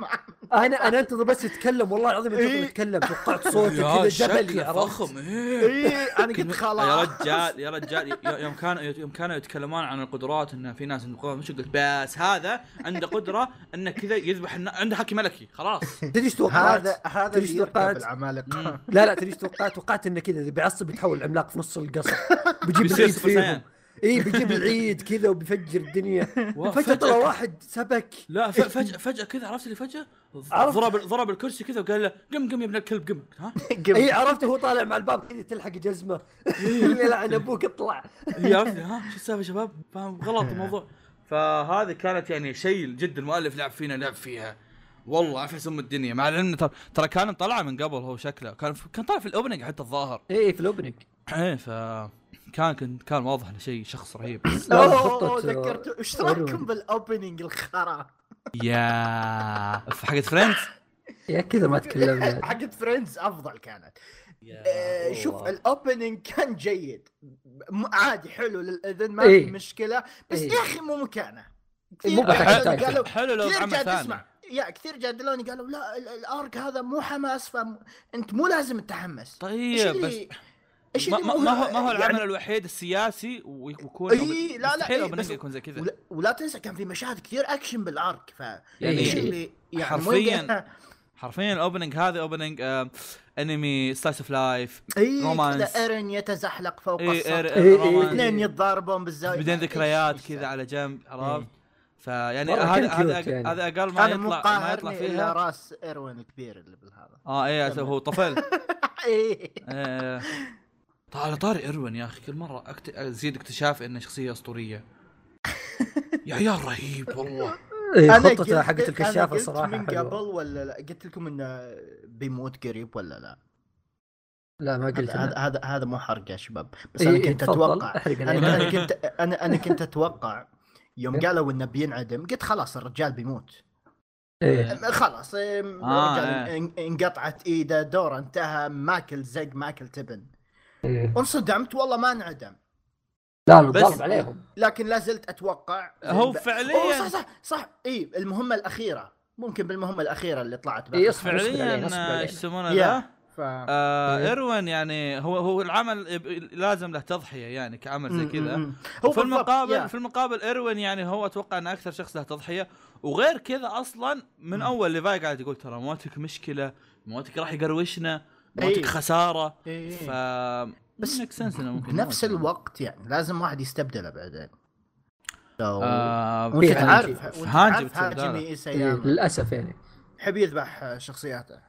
Speaker 3: انا انا انتظر بس يتكلم والله العظيم انتظر
Speaker 1: إيه.
Speaker 3: يتكلم توقعت صوته
Speaker 2: يا
Speaker 3: كذا جبلي
Speaker 2: شكله
Speaker 3: عرفت؟
Speaker 2: فخم ايه
Speaker 1: اي
Speaker 3: إيه،
Speaker 1: انا قلت
Speaker 2: يا
Speaker 1: خلاص
Speaker 2: رجال يا رجال ي- يوم كانوا يوم كانوا يتكلمون عن القدرات انه في ناس عندهم قوة مش قلت بس هذا عنده قدره انه كذا يذبح النا... عنده حكي ملكي خلاص
Speaker 3: تدري ايش توقعت؟
Speaker 1: هذا هذا
Speaker 3: تدري إيش
Speaker 1: اللي يركب
Speaker 3: توقعت؟
Speaker 1: العمالقه
Speaker 3: لا لا تدري ايش توقعت؟ توقعت انه كذا إذا بيعصب يتحول العملاق في نص القصر بيجيب
Speaker 2: بيصير
Speaker 3: العيد
Speaker 2: سوبر سايان.
Speaker 3: فيهم اي بيجيب العيد كذا وبيفجر الدنيا
Speaker 2: و-
Speaker 3: فجاه طلع
Speaker 2: فجاه
Speaker 3: واحد سبك
Speaker 2: لا ف- فجاه فجاه كذا عرفت اللي فجاه
Speaker 3: عرفت.
Speaker 2: ضرب ضرب الكرسي كذا وقال له قم قم يا ابن الكلب قم ها
Speaker 3: اي عرفته هو طالع مع الباب كذا تلحق جزمه لعن ابوك اطلع
Speaker 2: إيه، عرفت ها شو السالفه يا شباب فاهم غلط الموضوع فهذه كانت يعني شيء جدا المؤلف لعب فينا لعب فيها والله عفس ام الدنيا مع العلم ترى ترى كان طلع من قبل هو شكله كان كان طلع في الاوبننج حتى الظاهر
Speaker 3: اي في الاوبننج
Speaker 2: ايه ف كان كان, كان واضح انه شيء شخص رهيب بس
Speaker 3: لا،
Speaker 1: اوه
Speaker 3: خطة-
Speaker 1: ذكرت ايش
Speaker 3: أورون.
Speaker 1: رايكم بالاوبننج الخرا
Speaker 2: يا في حقت فريندز
Speaker 3: يا كذا ما تكلمنا
Speaker 1: حقت فريندز افضل كانت آه، شوف الاوبننج كان جيد م- عادي حلو للاذن ما
Speaker 3: إيه.
Speaker 1: في مشكله بس
Speaker 3: إيه.
Speaker 1: يا اخي مو مكانه
Speaker 3: مو
Speaker 1: كثير
Speaker 3: بحاجة
Speaker 1: قالوا-
Speaker 3: تايتل.
Speaker 1: قالوا
Speaker 2: حلو لو
Speaker 1: كثير
Speaker 2: عمل
Speaker 1: قاعد
Speaker 2: ثاني
Speaker 1: اسمع يا كثير جادلوني قالوا لا ال- الارك هذا مو حماس فانت مو لازم تتحمس إيش
Speaker 2: طيب بس
Speaker 1: اللي- إيش
Speaker 2: ما,
Speaker 1: اللي
Speaker 2: ما, ما هو ما هو
Speaker 1: يعني-
Speaker 2: العمل الوحيد السياسي ويكون
Speaker 1: إيه، لا، لا،
Speaker 2: مستحيل
Speaker 1: إيه،
Speaker 2: أوبننج
Speaker 1: بس-
Speaker 2: يكون زي كذا
Speaker 1: ولا, ولا تنسى كان في مشاهد كثير اكشن بالارك ف
Speaker 2: يعني
Speaker 1: إيش اللي يعني
Speaker 2: حرفياً
Speaker 1: مو-
Speaker 2: حرفيا الاوبننج هذا اوبننج آه، انمي سلايس اوف لايف
Speaker 1: اي
Speaker 2: رومانس.
Speaker 1: إيه، كذا ايرن يتزحلق فوق
Speaker 2: إيه، إير-
Speaker 1: السطح
Speaker 3: إيه، إيه،
Speaker 2: رومانس.
Speaker 1: اثنين يتضاربون بالزاويه
Speaker 2: بعدين
Speaker 1: إيش-
Speaker 2: ذكريات
Speaker 1: إيش
Speaker 2: كذا
Speaker 1: هذا؟
Speaker 2: على جنب عرفت فيعني
Speaker 3: والله
Speaker 2: هذا
Speaker 3: كان
Speaker 2: هذا
Speaker 3: cute يعني.
Speaker 2: أق- هذا اقل ما
Speaker 1: انا مو
Speaker 2: يطلع ما يطلع
Speaker 1: قاهرني إيه. الا
Speaker 2: فيها
Speaker 1: راس ايروين الكبير اللي بالهذا
Speaker 2: اه ايه هو طفل
Speaker 1: إيه.
Speaker 2: آه، طال على طاري اروين يا اخي كل مره أكت... ازيد اكتشاف انه شخصيه اسطوريه يا عيال رهيب والله
Speaker 1: أنا
Speaker 3: خطته
Speaker 1: قلت-
Speaker 3: إيه، حقت
Speaker 1: أنا
Speaker 3: الكشافه
Speaker 1: قلت
Speaker 3: صراحه
Speaker 1: من قبل
Speaker 3: حلوة.
Speaker 1: ولا لا قلت لكم انه بيموت قريب ولا لا
Speaker 3: لا ما قلت
Speaker 1: هذا
Speaker 3: أنا.
Speaker 1: هذا- هذا هذا مو حرق يا شباب بس
Speaker 3: إيه،
Speaker 1: انا
Speaker 3: إيه،
Speaker 1: كنت
Speaker 3: تفضل،
Speaker 1: اتوقع
Speaker 3: احرق
Speaker 1: انا
Speaker 3: علينا.
Speaker 1: أنا كنت انا انا كنت اتوقع يوم قالوا انه بينعدم قلت خلاص الرجال بيموت
Speaker 3: إيه.
Speaker 1: أم- خلاص أم،
Speaker 2: آه،
Speaker 1: الرجال ان- انقطعت ايده دوره انتهى ماكل زق ماكل تبن
Speaker 3: إيه.
Speaker 1: انصدمت والله ما انعدم
Speaker 3: لا
Speaker 2: بس-
Speaker 3: الضرب عليهم
Speaker 1: لكن لا زلت اتوقع
Speaker 2: هو
Speaker 1: ب-
Speaker 2: فعلياً-
Speaker 1: أوه، صح صح صح اي المهمه الاخيره ممكن بالمهمه الاخيره اللي طلعت بعد.
Speaker 3: إيه، اصبر اصبر علينا،
Speaker 2: فعليا
Speaker 3: اصبر
Speaker 2: آه، ايش
Speaker 3: علينا.
Speaker 2: يسمونه
Speaker 1: يا.
Speaker 2: ذا؟
Speaker 1: ف...
Speaker 2: آه اروين يعني هو هو العمل يب- لازم له تضحيه يعني كعمل زي
Speaker 1: م- م-
Speaker 2: كذا
Speaker 1: م.
Speaker 2: وفي
Speaker 1: بالضبط، يا.
Speaker 2: المقابل في المقابل اروين يعني هو اتوقع انه اكثر شخص له تضحيه وغير كذا اصلا من
Speaker 1: مم.
Speaker 2: اول ليفاي قاعد يقول ترى موتك مشكله موتك راح يقروشنا موتك
Speaker 1: إيه.
Speaker 2: خساره
Speaker 1: إيه.
Speaker 2: ف
Speaker 1: بس
Speaker 2: ميك سنس انه ممكن
Speaker 1: بنفس
Speaker 2: يموت.
Speaker 1: الوقت يعني لازم واحد يستبدله بعدين So-
Speaker 2: آه،
Speaker 1: وانت
Speaker 3: إيه،
Speaker 1: تعرف
Speaker 2: هانجي.
Speaker 1: وانت
Speaker 2: هانجي بتصير
Speaker 1: تعرف هاجمي
Speaker 2: بداله.
Speaker 3: إيه.
Speaker 1: ايساياما
Speaker 3: للاسف يعني
Speaker 1: يحب يذبح شخصياته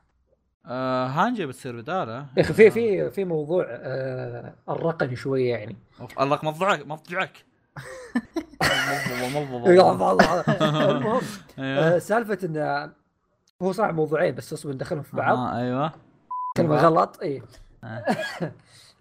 Speaker 2: آه، هانجي بتصير بداله
Speaker 3: يا اخي في في في موضوع آه الرقمي شويه يعني
Speaker 2: أوف، الله مضجعك مضجعك مضجعك
Speaker 3: المهم
Speaker 2: أيوة.
Speaker 3: آه، سالفه انه هو صح موضوعين بس اصبر ندخلهم في بعض
Speaker 2: آه، ايوه
Speaker 3: كلمه غلط اي
Speaker 2: آه.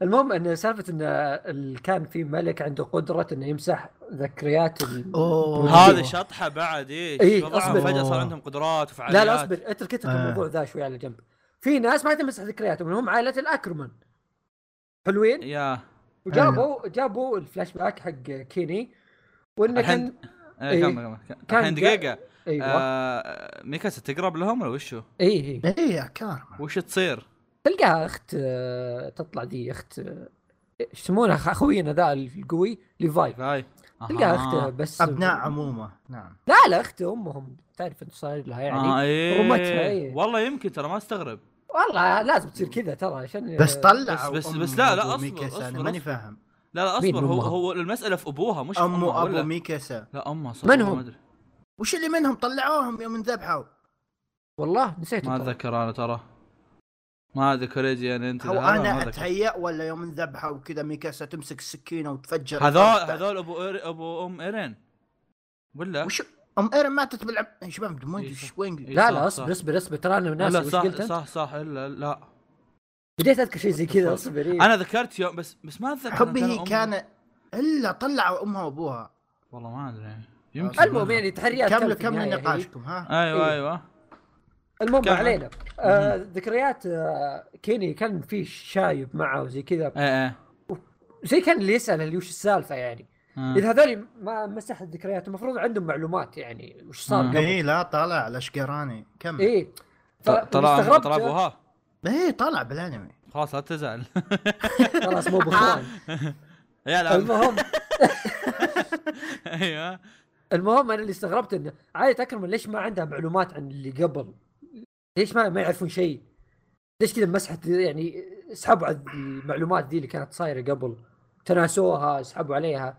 Speaker 3: المهم ان سالفه ان ال- كان في ملك عنده قدره انه يمسح ذكريات ال...
Speaker 1: أوه.
Speaker 2: هذه شطحه بعد ايش
Speaker 3: إيه،
Speaker 2: وضعهم
Speaker 3: أصبر.
Speaker 2: فجاه صار عندهم قدرات وفعاليات
Speaker 3: لا لا اصبر اترك اترك
Speaker 1: آه.
Speaker 3: الموضوع ذا شوي على جنب في ناس ما تمسح ذكرياتهم هم عائله الاكرمان حلوين
Speaker 2: يا
Speaker 3: وجابوا جابوا الفلاش باك حق كيني وانه كان
Speaker 2: الحين إيه، كمل كمل
Speaker 3: كان
Speaker 2: الحين
Speaker 3: جا-
Speaker 2: دقيقه
Speaker 3: ايوه
Speaker 2: آه، ميكاسا تقرب لهم ولا وشو؟
Speaker 3: اي اي
Speaker 1: اي يا كارما
Speaker 2: وش تصير؟
Speaker 3: تلقاها اخت آه، تطلع ذي اخت آه، ايش يسمونها أخ- اخوينا ذا القوي ليفاي
Speaker 2: باي
Speaker 3: تلقاها
Speaker 2: آه.
Speaker 3: اخته بس
Speaker 1: ابناء عمومه نعم
Speaker 3: لا لا اخت امهم تعرف انت صاير لها يعني
Speaker 2: آه إيه.
Speaker 3: رمتها، إيه.
Speaker 2: والله يمكن ترى ما استغرب
Speaker 3: والله لازم تصير كذا ترى عشان
Speaker 1: بس طلع
Speaker 2: آه، بس- بس-
Speaker 1: أم
Speaker 2: بس لا، لا،
Speaker 1: أبو
Speaker 2: أصبر،
Speaker 1: ميكاسا،
Speaker 2: أصبر،
Speaker 1: انا ماني
Speaker 2: أصبر.
Speaker 1: فاهم
Speaker 2: لا لا
Speaker 3: مين
Speaker 2: اصبر هو
Speaker 3: أمها؟
Speaker 2: هو المساله في ابوها مش في
Speaker 1: امو
Speaker 2: أمها،
Speaker 1: ابو
Speaker 2: ولا-
Speaker 1: ميكاسا
Speaker 2: لا امها صح
Speaker 3: من
Speaker 2: أبوها
Speaker 3: هم؟
Speaker 2: ما ادري
Speaker 1: وش اللي منهم طلعوهم يوم انذبحوا
Speaker 3: والله نسيت
Speaker 2: ما اتذكر انا ترى ما اتذكر اجي يعني انت
Speaker 1: او
Speaker 2: لا، ما
Speaker 1: انا
Speaker 2: أتذكر.
Speaker 1: اتهيأ ولا يوم انذبحوا وكذا ميكاسا تمسك السكينه وتفجر
Speaker 2: هذول
Speaker 1: الفرخة.
Speaker 2: هذول ابو إير- ابو ام ايرين ولا؟
Speaker 1: وش ام ايرن ماتت بالعم يا شباب ما ادري
Speaker 2: إيه
Speaker 1: إيش
Speaker 2: صح.
Speaker 1: وين
Speaker 2: إيه
Speaker 3: لا
Speaker 2: صح،
Speaker 3: لا
Speaker 2: صح.
Speaker 3: اصبر اصبر اصبر ترى انا
Speaker 2: لا
Speaker 3: ناسي
Speaker 2: لا
Speaker 3: وش
Speaker 2: صح
Speaker 3: قلت انت
Speaker 2: صح صح الا لا
Speaker 3: بديت اذكر شيء زي كذا اصبر إيه.
Speaker 2: انا ذكرت يوم بس بس ما اتذكر
Speaker 1: حبي
Speaker 2: أنا
Speaker 1: هي
Speaker 2: أمي-
Speaker 1: إيه، كان الا طلعوا امها وابوها
Speaker 2: والله ما ادري
Speaker 3: المهم يعني تحريات
Speaker 1: كملوا
Speaker 3: كم في النهاية
Speaker 1: كملوا
Speaker 3: هي.
Speaker 1: نقاشكم ها
Speaker 2: ايوه
Speaker 3: إيه.
Speaker 2: ايوه
Speaker 3: المهم ما
Speaker 2: كمل.
Speaker 3: علينا آه ذكريات آه كيني كان في شايب معه وزي كذا
Speaker 2: ايه ايه
Speaker 3: زي كان اللي يسال اللي وش السالفه يعني
Speaker 2: آه.
Speaker 3: اذا هذول ما مسح الذكريات المفروض عندهم معلومات يعني وش صار
Speaker 2: مم.
Speaker 3: قبل
Speaker 1: اي إيه، لا طلع الاشقراني كمل اي
Speaker 3: ايه
Speaker 2: ط- طلع
Speaker 3: فاستغربت-
Speaker 2: طلع ابوها
Speaker 1: إيه، طلع بالانمي
Speaker 2: خلاص لا تزعل
Speaker 3: خلاص مو
Speaker 1: آه،
Speaker 3: باخوان
Speaker 2: يا
Speaker 1: نعم.
Speaker 2: لا
Speaker 3: المهم
Speaker 2: ايوه
Speaker 3: المهم انا اللي استغربت انه عائله اكرم ليش ما عندها معلومات عن اللي قبل؟ ليش ما ما يعرفون شيء؟ ليش كذا مسحت يعني سحبوا على المعلومات دي اللي كانت صايره قبل تناسوها سحبوا عليها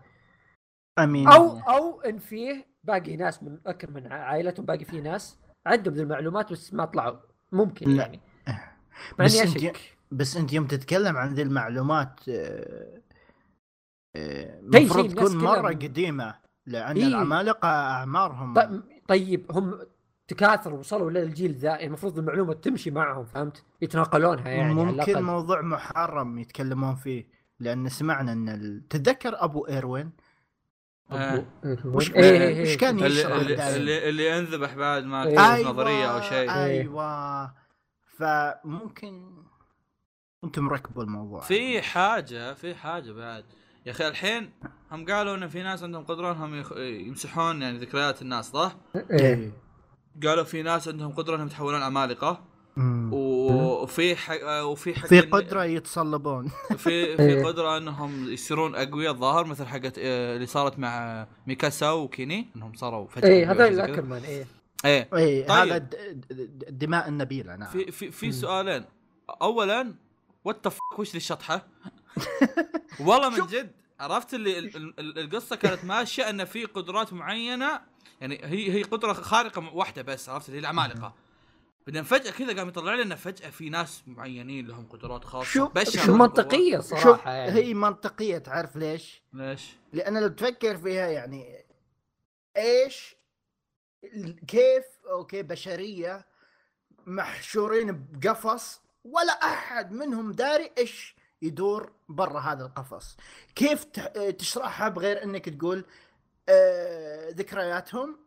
Speaker 1: امين
Speaker 3: او او ان فيه باقي ناس من اكرم من عائلتهم باقي فيه ناس عندهم ذي المعلومات بس ما طلعوا ممكن
Speaker 1: لا.
Speaker 3: يعني مع
Speaker 1: بس
Speaker 3: اني
Speaker 1: انت
Speaker 3: اشك
Speaker 1: بس انت يوم تتكلم عن ذي المعلومات آه، آه،
Speaker 3: شيء-
Speaker 1: المفروض
Speaker 3: شيء
Speaker 1: تكون
Speaker 3: الناس كلها-
Speaker 1: مره قديمه لان
Speaker 3: إيه.
Speaker 1: العمالقه اعمارهم
Speaker 3: طيب, طيب هم تكاثروا وصلوا للجيل ذا يعني المفروض المعلومه تمشي معهم فهمت؟ يتناقلونها يعني على
Speaker 1: ممكن
Speaker 3: الأقل.
Speaker 1: موضوع محرم يتكلمون فيه لان سمعنا ان ال... تتذكر ابو ايروين
Speaker 2: آه.
Speaker 1: وش,
Speaker 3: إيه إيه
Speaker 1: وش
Speaker 3: إيه.
Speaker 1: كان
Speaker 2: اللي,
Speaker 1: يشرح
Speaker 2: اللي,
Speaker 1: دائماً؟
Speaker 2: اللي, اللي انذبح بعد ما
Speaker 1: أيوة.
Speaker 3: إيه.
Speaker 2: كتبت نظريه او شيء
Speaker 1: ايوه فممكن انتم ركبوا الموضوع
Speaker 3: إيه.
Speaker 2: في حاجه في حاجه بعد يا اخي الحين هم قالوا ان في ناس عندهم قدره انهم يخ... يمسحون يعني ذكريات الناس صح؟
Speaker 3: إيه.
Speaker 1: إيه.
Speaker 2: قالوا في ناس عندهم قدره انهم يتحولون عمالقه
Speaker 1: مم.
Speaker 2: و- وفي ح... وفي حق
Speaker 1: في
Speaker 2: إن-
Speaker 1: قدره يتصلبون
Speaker 2: في في
Speaker 3: إيه.
Speaker 2: قدره انهم يصيرون اقوياء الظاهر مثل حقت آه، اللي صارت مع ميكاسا وكيني انهم صاروا فجاه
Speaker 3: ايه
Speaker 2: أقوياء
Speaker 3: هذا
Speaker 2: زي كذا.
Speaker 3: الاكرمان ايه
Speaker 2: ايه
Speaker 1: اي
Speaker 2: طيب.
Speaker 1: إيه، هذا د- د- الدماء النبيله نعم
Speaker 2: في في في
Speaker 3: مم.
Speaker 2: سؤالين اولا وات وش ذي الشطحه؟ والله من جد عرفت اللي ال- ال- ال- القصه كانت ماشيه ان في قدرات معينه يعني هي هي قدره خارقه م- واحده بس عرفت اللي هي العمالقه بعدين فجاه كذا قام يطلع لنا انه فجاه في ناس معينين لهم قدرات خاصه
Speaker 1: شو-
Speaker 2: بشر
Speaker 3: شو منطقيه
Speaker 1: شوف
Speaker 3: صراحه يعني
Speaker 1: هي منطقيه تعرف ليش؟
Speaker 2: ليش؟
Speaker 1: لان لو تفكر فيها يعني ايش ال- كيف اوكي بشريه محشورين بقفص ولا احد منهم داري ايش يدور برا هذا القفص كيف ت- تشرحها بغير انك تقول آه ذكرياتهم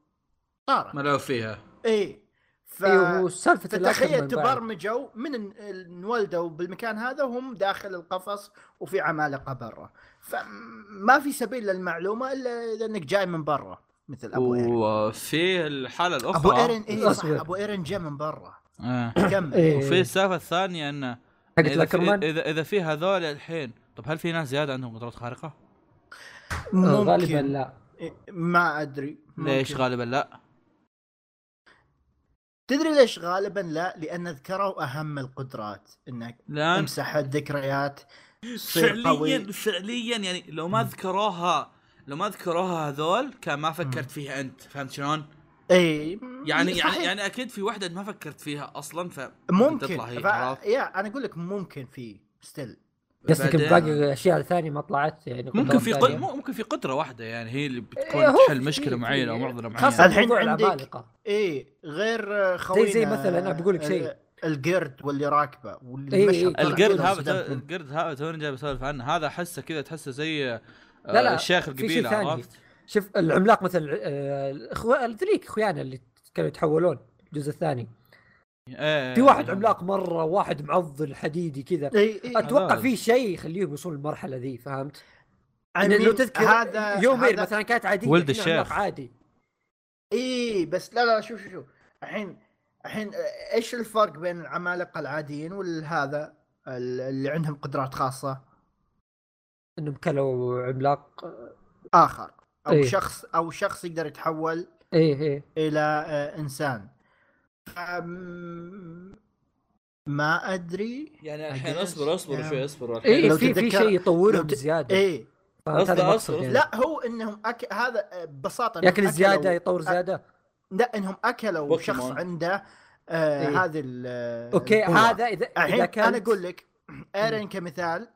Speaker 1: طارت
Speaker 2: ملعوب فيها
Speaker 1: اي ف...
Speaker 3: ايوه سالفه
Speaker 1: فتخيل
Speaker 3: الاكرمان بعد.
Speaker 1: تبرمجوا من ال- ال- انولدوا بالمكان هذا وهم داخل القفص وفي عمالقه برا فما في سبيل للمعلومه الا اذا انك جاي من برا مثل ابو ايرن
Speaker 2: وفي الحاله الاخرى
Speaker 1: ابو ايرن اي صح
Speaker 3: أصبر.
Speaker 1: ابو ايرن جاء من برا
Speaker 2: آه.
Speaker 1: كمل
Speaker 3: إيه.
Speaker 2: وفي السالفه الثانيه انه
Speaker 3: حقت
Speaker 2: إذا في,
Speaker 3: الاكرمان
Speaker 2: اذا اذا في هذول الحين طب هل في ناس زياده عندهم قدرات خارقه؟
Speaker 1: ممكن
Speaker 3: غالبا لا
Speaker 1: إيه، ما ادري ممكن.
Speaker 2: ليش غالبا لا؟
Speaker 1: تدري ليش غالبا لا لان ذكروا اهم القدرات انك
Speaker 2: لان
Speaker 1: تمسح الذكريات تصير
Speaker 2: فعليا
Speaker 1: قوي
Speaker 2: فعليا يعني لو ما ذكروها لو ما ذكروها هذول كان ما فكرت فيها انت فهمت شلون؟
Speaker 1: اي
Speaker 2: يعني
Speaker 1: إيه، صحيح.
Speaker 2: يعني يعني اكيد في واحده ما فكرت فيها اصلا ف
Speaker 1: ممكن
Speaker 2: تطلع هي،
Speaker 1: ف...
Speaker 2: عرفت؟
Speaker 1: يا انا اقول لك ممكن في ستيل
Speaker 3: قصدك
Speaker 2: بعدين-
Speaker 3: باقي اشياء ثانيه ما طلعت يعني
Speaker 2: ممكن
Speaker 3: قدرات
Speaker 2: في قد...
Speaker 3: ثانية.
Speaker 2: ممكن في قدره واحده يعني هي اللي
Speaker 3: إيه،
Speaker 2: بتكون
Speaker 3: هو
Speaker 2: تحل
Speaker 3: في-
Speaker 2: مشكله
Speaker 3: في-
Speaker 2: معينه او معضله
Speaker 3: خاصه
Speaker 2: معينه
Speaker 1: الحين
Speaker 3: الحين
Speaker 1: عندك-
Speaker 3: العمالقه
Speaker 1: ايه غير خوينا
Speaker 3: زي مثلا أنا بقول لك شيء.
Speaker 1: ال- القرد واللي راكبه واللي
Speaker 3: إيه،
Speaker 1: مشهد
Speaker 3: إيه.
Speaker 1: طلع
Speaker 2: القرد
Speaker 1: كذا
Speaker 2: هذا
Speaker 1: صدمت
Speaker 2: تو-
Speaker 1: منه.
Speaker 2: القرد هذا توني جاي بسولف عنه هذا احسه كذا تحسه زي آه،
Speaker 3: لا، لا،
Speaker 2: الشيخ
Speaker 3: في شيء
Speaker 2: القبيله
Speaker 3: ثاني.
Speaker 2: عرفت؟
Speaker 3: شوف العملاق آه، مثل ذليك اخويانا اللي كانوا يتحولون الجزء الثاني
Speaker 2: إيه،
Speaker 3: في واحد
Speaker 2: إيه.
Speaker 3: عملاق مره واحد معضل حديدي كذا
Speaker 1: اي اي
Speaker 3: اتوقع
Speaker 2: هذا-
Speaker 3: في شيء يخليهم يوصلون للمرحله ذي فهمت؟
Speaker 1: إيه، I
Speaker 3: يعني لو
Speaker 1: mean،
Speaker 3: تذكر
Speaker 1: هذا
Speaker 3: يومين
Speaker 1: هذا-
Speaker 3: مثلا كانت عاديه
Speaker 2: ولد
Speaker 3: كنا
Speaker 2: الشيخ.
Speaker 3: عملاق عادي
Speaker 1: اي بس لا لا شوف شوف شوف الحين الحين آه، ايش الفرق بين العمالقه العاديين والهذا ال- اللي عندهم قدرات خاصه
Speaker 3: انهم كلوا عملاق
Speaker 1: اخر او
Speaker 3: إيه.
Speaker 1: شخص او شخص يقدر يتحول
Speaker 3: ايه ايه
Speaker 1: الى آه، انسان أم- ما ادري
Speaker 2: يعني الحين
Speaker 1: I guess.
Speaker 2: اصبر اصبر
Speaker 1: Yeah.
Speaker 2: شوي اصبر الحين
Speaker 3: ايه
Speaker 1: لو
Speaker 3: في في
Speaker 1: تتذكر-
Speaker 3: شيء
Speaker 1: لو
Speaker 3: يطورهم
Speaker 1: ت-
Speaker 3: بزياده
Speaker 1: ايه
Speaker 3: فهمت
Speaker 2: أصلاً-
Speaker 3: هذا
Speaker 2: أصلاً-
Speaker 3: مقصد يعني
Speaker 1: لا هو انهم أك... هذا ببساطه إنهم
Speaker 3: ياكل زياده
Speaker 1: أكلوا...
Speaker 3: يطور زياده
Speaker 1: أه، لا انهم اكلوا
Speaker 2: بوكيمون.
Speaker 1: شخص عنده آه
Speaker 3: إيه.
Speaker 1: هذه ال
Speaker 3: اوكي
Speaker 1: القوة.
Speaker 3: هذا اذا
Speaker 1: الحين
Speaker 3: اذا كان
Speaker 1: انا اقول لك ايرن كمثال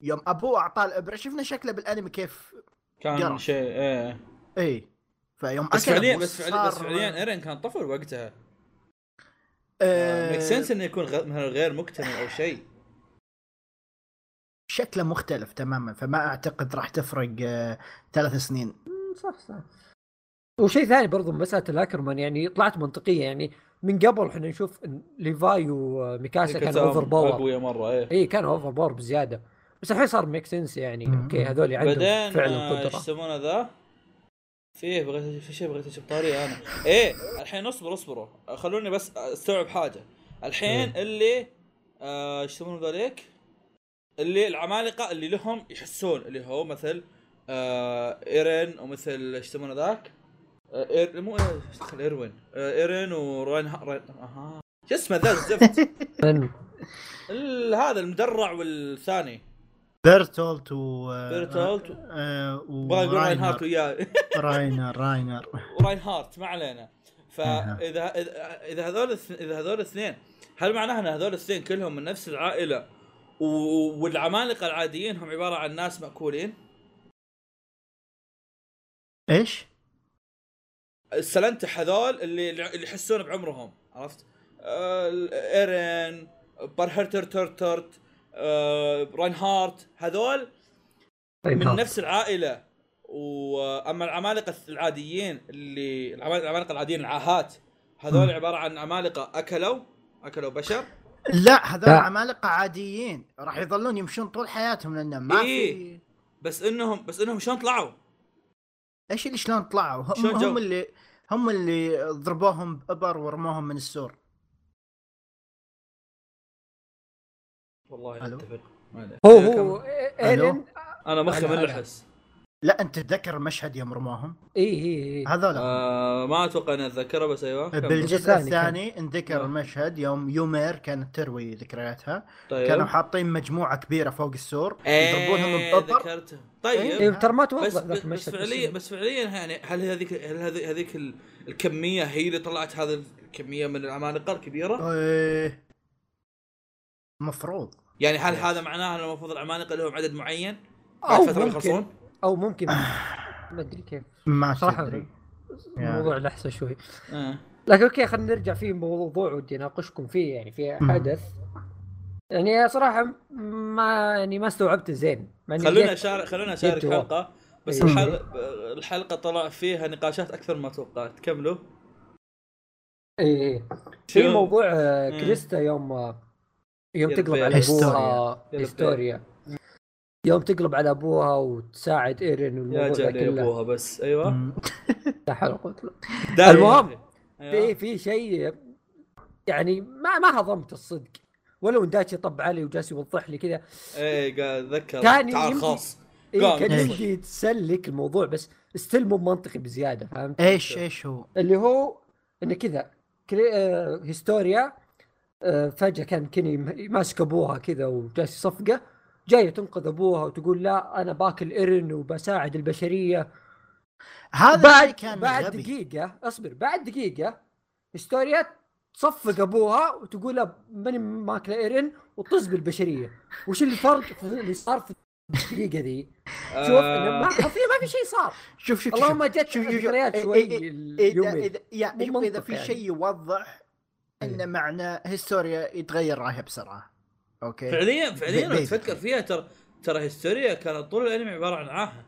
Speaker 1: يوم ابوه اعطاه الابره شفنا شكله بالانمي كيف
Speaker 2: كان
Speaker 1: قرع.
Speaker 2: شيء ايه
Speaker 1: اي فيوم
Speaker 2: بس
Speaker 1: أكل
Speaker 2: فعليا
Speaker 1: أبوه
Speaker 2: بس فعليا بس
Speaker 1: صار-
Speaker 2: فعليا ايرن كان طفل وقتها
Speaker 1: آه،
Speaker 2: آه، ميك سنس انه يكون غ- مثلا غير مكتمل او شيء
Speaker 1: شكله مختلف تماما فما اعتقد راح تفرق آه، ثلاث سنين
Speaker 3: مم، صح صح وشيء ثاني برضو مساله الاكرمان يعني طلعت منطقيه يعني من قبل احنا نشوف إن ليفاي وميكاسا كانوا اوفر باور
Speaker 2: اقوياء مره ايه
Speaker 3: اي كانوا اوفر باور بزياده بس الحين صار ميك سنس يعني
Speaker 1: مم.
Speaker 3: اوكي هذول عندهم
Speaker 2: بعدين
Speaker 3: فعلا
Speaker 2: آه، ايش
Speaker 3: قدره
Speaker 2: يسمونه ذا؟ فيه بغيت في شيء بغيت اشوف طاري انا ايه الحين اصبر اصبروا خلوني بس استوعب حاجه الحين اللي آه، ايش يسمونه ذوليك؟ اللي العمالقه اللي لهم يحسون اللي هو مثل آه ايرين ومثل ايش يسمونه ذاك؟ آه إير... مو إير- إيش دخل ايروين آه ايرين وراين راين... اها شو اسمه ذا الزفت
Speaker 3: من-
Speaker 2: ال- هذا المدرع والثاني
Speaker 1: بيرتولت و آه،
Speaker 2: بيرتولت و-
Speaker 1: آه، و
Speaker 2: باقي راين هارت
Speaker 1: راينر
Speaker 2: وياه
Speaker 1: راينر راينر
Speaker 2: وراين هارت ما علينا
Speaker 1: أها.
Speaker 2: فاذا إذا- اذا هذول الث- اذا هذول الاثنين هل معناها ان هذول الاثنين كلهم من نفس العائله و... والعمالقه العاديين هم عباره عن ناس ماكولين
Speaker 1: ايش؟
Speaker 2: السلنتح هذول اللي اللي يحسون بعمرهم عرفت آه، ايرين برهرتر ترترت آه، راين هارت هذول
Speaker 3: طيب
Speaker 2: من
Speaker 3: خلاص.
Speaker 2: نفس العائله واما العمالقه العاديين اللي العمال- العمالقه العاديين العاهات هذول
Speaker 1: مم.
Speaker 2: عباره عن عمالقه اكلوا اكلوا بشر
Speaker 1: لا هذول
Speaker 3: لا.
Speaker 1: عمالقه عاديين راح يظلون يمشون طول حياتهم لان ما
Speaker 2: إيه.
Speaker 1: في
Speaker 2: بس انهم بس انهم شلون طلعوا؟
Speaker 1: ايش اللي شلون طلعوا؟ هم
Speaker 2: شلون جو؟
Speaker 1: هم اللي هم اللي ضربوهم بابر ورموهم من السور
Speaker 2: والله
Speaker 1: ألو؟
Speaker 2: أتفق. ما أدري.
Speaker 3: هو
Speaker 2: كم-
Speaker 3: هو ايرين
Speaker 2: انا مخي
Speaker 3: أنا-
Speaker 2: من
Speaker 3: أنا.
Speaker 2: الحس
Speaker 1: لا انت تتذكر المشهد يوم رموهم؟
Speaker 3: اي اي اي
Speaker 1: هذول
Speaker 2: آه ما اتوقع اني اتذكره بس ايوه كمل.
Speaker 1: بالجزء
Speaker 3: الثاني
Speaker 1: الثاني انذكر
Speaker 2: آه.
Speaker 1: المشهد يوم يومير كانت تروي ذكرياتها
Speaker 2: طيب
Speaker 1: كانوا حاطين مجموعه كبيره فوق السور
Speaker 2: إيه،
Speaker 1: يضربونهم بابر
Speaker 2: ذكرته طيب
Speaker 1: إيه.
Speaker 3: ترى ما توضح
Speaker 2: بس
Speaker 3: ذاك
Speaker 2: بس, بس
Speaker 3: المشهد
Speaker 2: فعليا بس فعليا يعني هل هذيك هل هذي- هذيك ال- الكميه هي اللي طلعت هذه الكميه من العمالقه الكبيره؟
Speaker 1: إيه. مفروض
Speaker 2: يعني هل هذا معناه ان المفروض العمالقه لهم عدد معين؟ بعد
Speaker 3: او
Speaker 2: فتره
Speaker 3: ممكن
Speaker 2: يخلصون؟
Speaker 3: او ممكن ما ادري كيف
Speaker 1: ما
Speaker 3: صراحة
Speaker 1: تدري يعني.
Speaker 3: الموضوع لحسه شوي
Speaker 2: آه.
Speaker 3: لكن اوكي خلينا نرجع في موضوع ودي اناقشكم فيه يعني في
Speaker 1: مم.
Speaker 3: حدث يعني صراحه ما يعني ما استوعبته زين مع إني
Speaker 2: خلونا
Speaker 3: بديت-
Speaker 2: شارك خلونا
Speaker 3: جيت
Speaker 2: شارك
Speaker 3: جواب.
Speaker 2: حلقه بس
Speaker 3: إيه.
Speaker 2: الحل... الحلقه طلع فيها نقاشات اكثر ما توقعت كملوا
Speaker 3: اي اي إيه، في
Speaker 2: شنو؟
Speaker 3: موضوع آه،
Speaker 2: مم.
Speaker 3: كريستا يوم آه، يوم
Speaker 2: يلبي.
Speaker 3: تقلب على ابوها
Speaker 1: هيستوريا.
Speaker 2: يلبي.
Speaker 3: هيستوريا يوم تقلب على ابوها وتساعد ايرين
Speaker 2: يا
Speaker 3: والموضوع ذا
Speaker 2: جل يا
Speaker 3: كله
Speaker 2: ابوها بس ايوه
Speaker 1: مم.
Speaker 3: لا حول ولا قوة إلا
Speaker 2: داري.
Speaker 3: المهم، في
Speaker 2: أيوة.
Speaker 3: في شيء يعني ما ما هضمت الصدق ولو ان داتشي طب علي وجالس يوضح لي كذا
Speaker 2: ايه قاعد اتذكر
Speaker 3: ثاني
Speaker 2: تعال
Speaker 3: يمكن-
Speaker 2: خاص
Speaker 3: إيه
Speaker 2: قام.
Speaker 3: كان
Speaker 1: إيه.
Speaker 3: يجي يتسلك الموضوع بس استل مو منطقي بزياده فهمت؟
Speaker 1: ايش ايش هو؟
Speaker 3: اللي هو انه كذا كري... آه هيستوريا آه فجاه كان كيني م- ماسك ابوها كذا وجالس يصفقه جايه تنقذ ابوها وتقول لا انا باكل ارن وبساعد البشريه
Speaker 1: هذا
Speaker 3: بعد
Speaker 1: الشيء كان
Speaker 3: بعد
Speaker 1: غبي.
Speaker 3: دقيقه اصبر بعد دقيقه هيستوريا تصفق ابوها وتقول له ماني ماكله ايرن وطز بالبشريه وش الفرق في- اللي صار في الدقيقه ذي شوف إنه ما
Speaker 2: آه،
Speaker 3: في ما في شيء صار
Speaker 1: شوف شوف شوف
Speaker 3: اللهم جت
Speaker 1: شوف- شوف-
Speaker 3: ذكريات
Speaker 1: إيه-
Speaker 3: شوي
Speaker 1: إيه- إيه- اذا
Speaker 3: اليومين
Speaker 1: اذا يا
Speaker 3: مو
Speaker 1: شوف اذا
Speaker 3: منطق
Speaker 1: في
Speaker 3: يعني.
Speaker 1: شيء يوضح
Speaker 3: إيه.
Speaker 1: ان معنى هيستوريا يتغير رايه بسرعه اوكي
Speaker 2: فعليا فعليا لما
Speaker 1: بيبي.
Speaker 2: تفكر فيها ترى ترى هيستوريا كانت طول الانمي عباره عن عاهه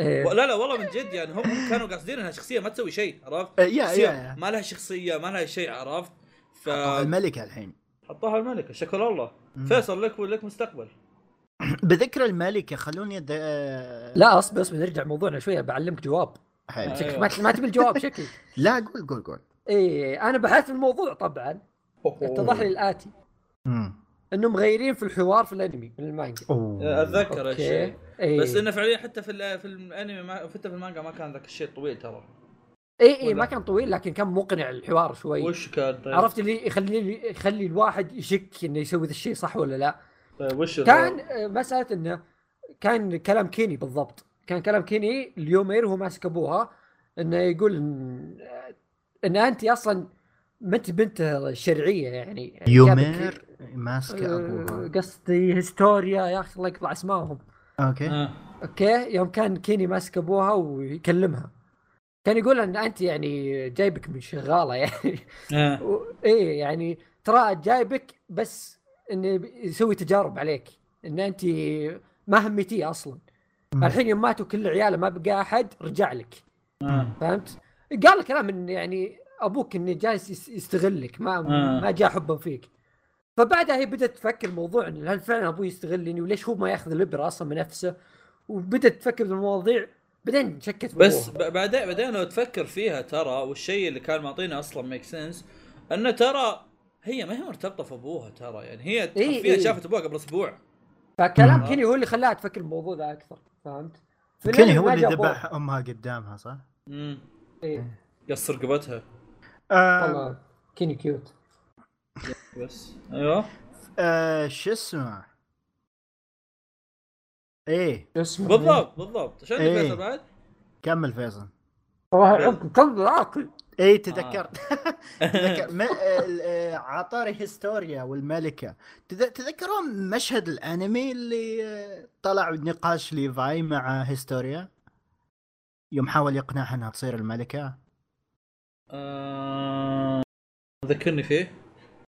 Speaker 3: إيه.
Speaker 2: لا لا والله من جد يعني هم هم كانوا قاصدين انها شخصيه ما تسوي شيء عرفت؟
Speaker 1: آه، يا
Speaker 2: شخصية
Speaker 1: يا يا
Speaker 2: ما لها شخصيه ما لها شيء عرفت؟ ف
Speaker 1: طه الملكه الحين
Speaker 2: حطوها الملكه شكر الله
Speaker 1: مم.
Speaker 2: فيصل لك ولك مستقبل
Speaker 1: بذكر الملكه خلوني أد... آه،
Speaker 3: لا اصبر اصبر نرجع موضوعنا شويه بعلمك جواب
Speaker 1: حلو.
Speaker 2: أيوة.
Speaker 3: شكلك ما ما تبي
Speaker 1: آه.
Speaker 3: الجواب شكلي
Speaker 1: لا قول قول قول
Speaker 3: اي انا بحثت في الموضوع طبعا اتضح لي الاتي
Speaker 1: مم.
Speaker 3: انهم مغيرين في الحوار في الانمي في المانجا إيه.
Speaker 1: أوه.
Speaker 2: اتذكر الشيء
Speaker 3: اي
Speaker 2: أه، بس انه فعليا حتى في ال- في الانمي ما حتى في المانجا ما كان ذاك الشيء طويل ترى
Speaker 3: اي اي إيه، ما
Speaker 2: ولا-
Speaker 3: كان طويل لكن كان مقنع الحوار شوي
Speaker 2: وش كان طيب؟
Speaker 3: عرفت اللي يخلي يخلي الواحد يشك انه يسوي ذا الشيء صح ولا لا
Speaker 2: طيب وش
Speaker 3: كان آه، مساله انه كان كلام كيني بالضبط كان كلام كيني اليومير وهو ماسك ابوها انه يقول ان, إن انت اصلا ما انت بنت شرعيه يعني
Speaker 1: يومير ماسكه
Speaker 3: آه،
Speaker 1: ابوها
Speaker 3: قصدي هيستوريا يا اخي الله يقطع اسمائهم
Speaker 1: اوكي
Speaker 2: آه.
Speaker 3: اوكي يوم كان كيني ماسك ابوها ويكلمها كان يقول ان انت يعني جايبك من شغاله يعني
Speaker 2: آه.
Speaker 3: إيه، و- ايه يعني ترى جايبك بس انه يسوي تجارب عليك ان انت ما همتيه اصلا الحين يوم ماتوا كل عياله ما بقى احد رجع لك
Speaker 2: آه.
Speaker 3: فهمت؟ قال له كلام ان يعني ابوك انه جالس يس- يستغلك ما
Speaker 2: آه.
Speaker 3: ما جاء حبا فيك فبعدها هي بدات تفكر موضوع ان هل فعلا ابوي يستغلني وليش هو ما ياخذ الابره اصلا من نفسه وبدات تفكر بالمواضيع بعدين شكت
Speaker 2: بس
Speaker 3: بأبوها.
Speaker 2: ب- بعدين بعدين لو تفكر فيها ترى والشيء اللي كان معطينا اصلا ميك سنس انه ترى هي ما هي مرتبطه في ابوها ترى يعني هي فيها
Speaker 3: إيه.
Speaker 2: شافت ابوها قبل اسبوع
Speaker 3: فكلام
Speaker 2: آه.
Speaker 3: كيني هو اللي خلاها تفكر بالموضوع ذا اكثر فهمت؟ في
Speaker 1: كني
Speaker 3: الأنمي
Speaker 1: هو
Speaker 3: ما
Speaker 1: اللي
Speaker 3: جاء أبوها.
Speaker 1: ذبح امها قدامها صح؟
Speaker 2: امم
Speaker 3: إيه.
Speaker 2: قص رقبتها
Speaker 1: آه
Speaker 3: والله كيني كيوت
Speaker 2: بس ايوه
Speaker 1: آه شو اسمه؟ ايه
Speaker 3: شو اسمه؟
Speaker 2: بالضبط بالضبط عشان
Speaker 1: إيه.
Speaker 2: فيصل بعد
Speaker 1: كمل فيصل
Speaker 3: صراحه عندكم قلب عاقل
Speaker 1: اي إيه،
Speaker 2: آه.
Speaker 1: تذكرت تذكر ما- ال- آه، عطاري هيستوريا والملكه تذ- تذكرون مشهد الانمي اللي آه، طلع نقاش ليفاي مع هيستوريا يوم حاول يقنعها انها تصير الملكه
Speaker 2: آه، ذكرني فيه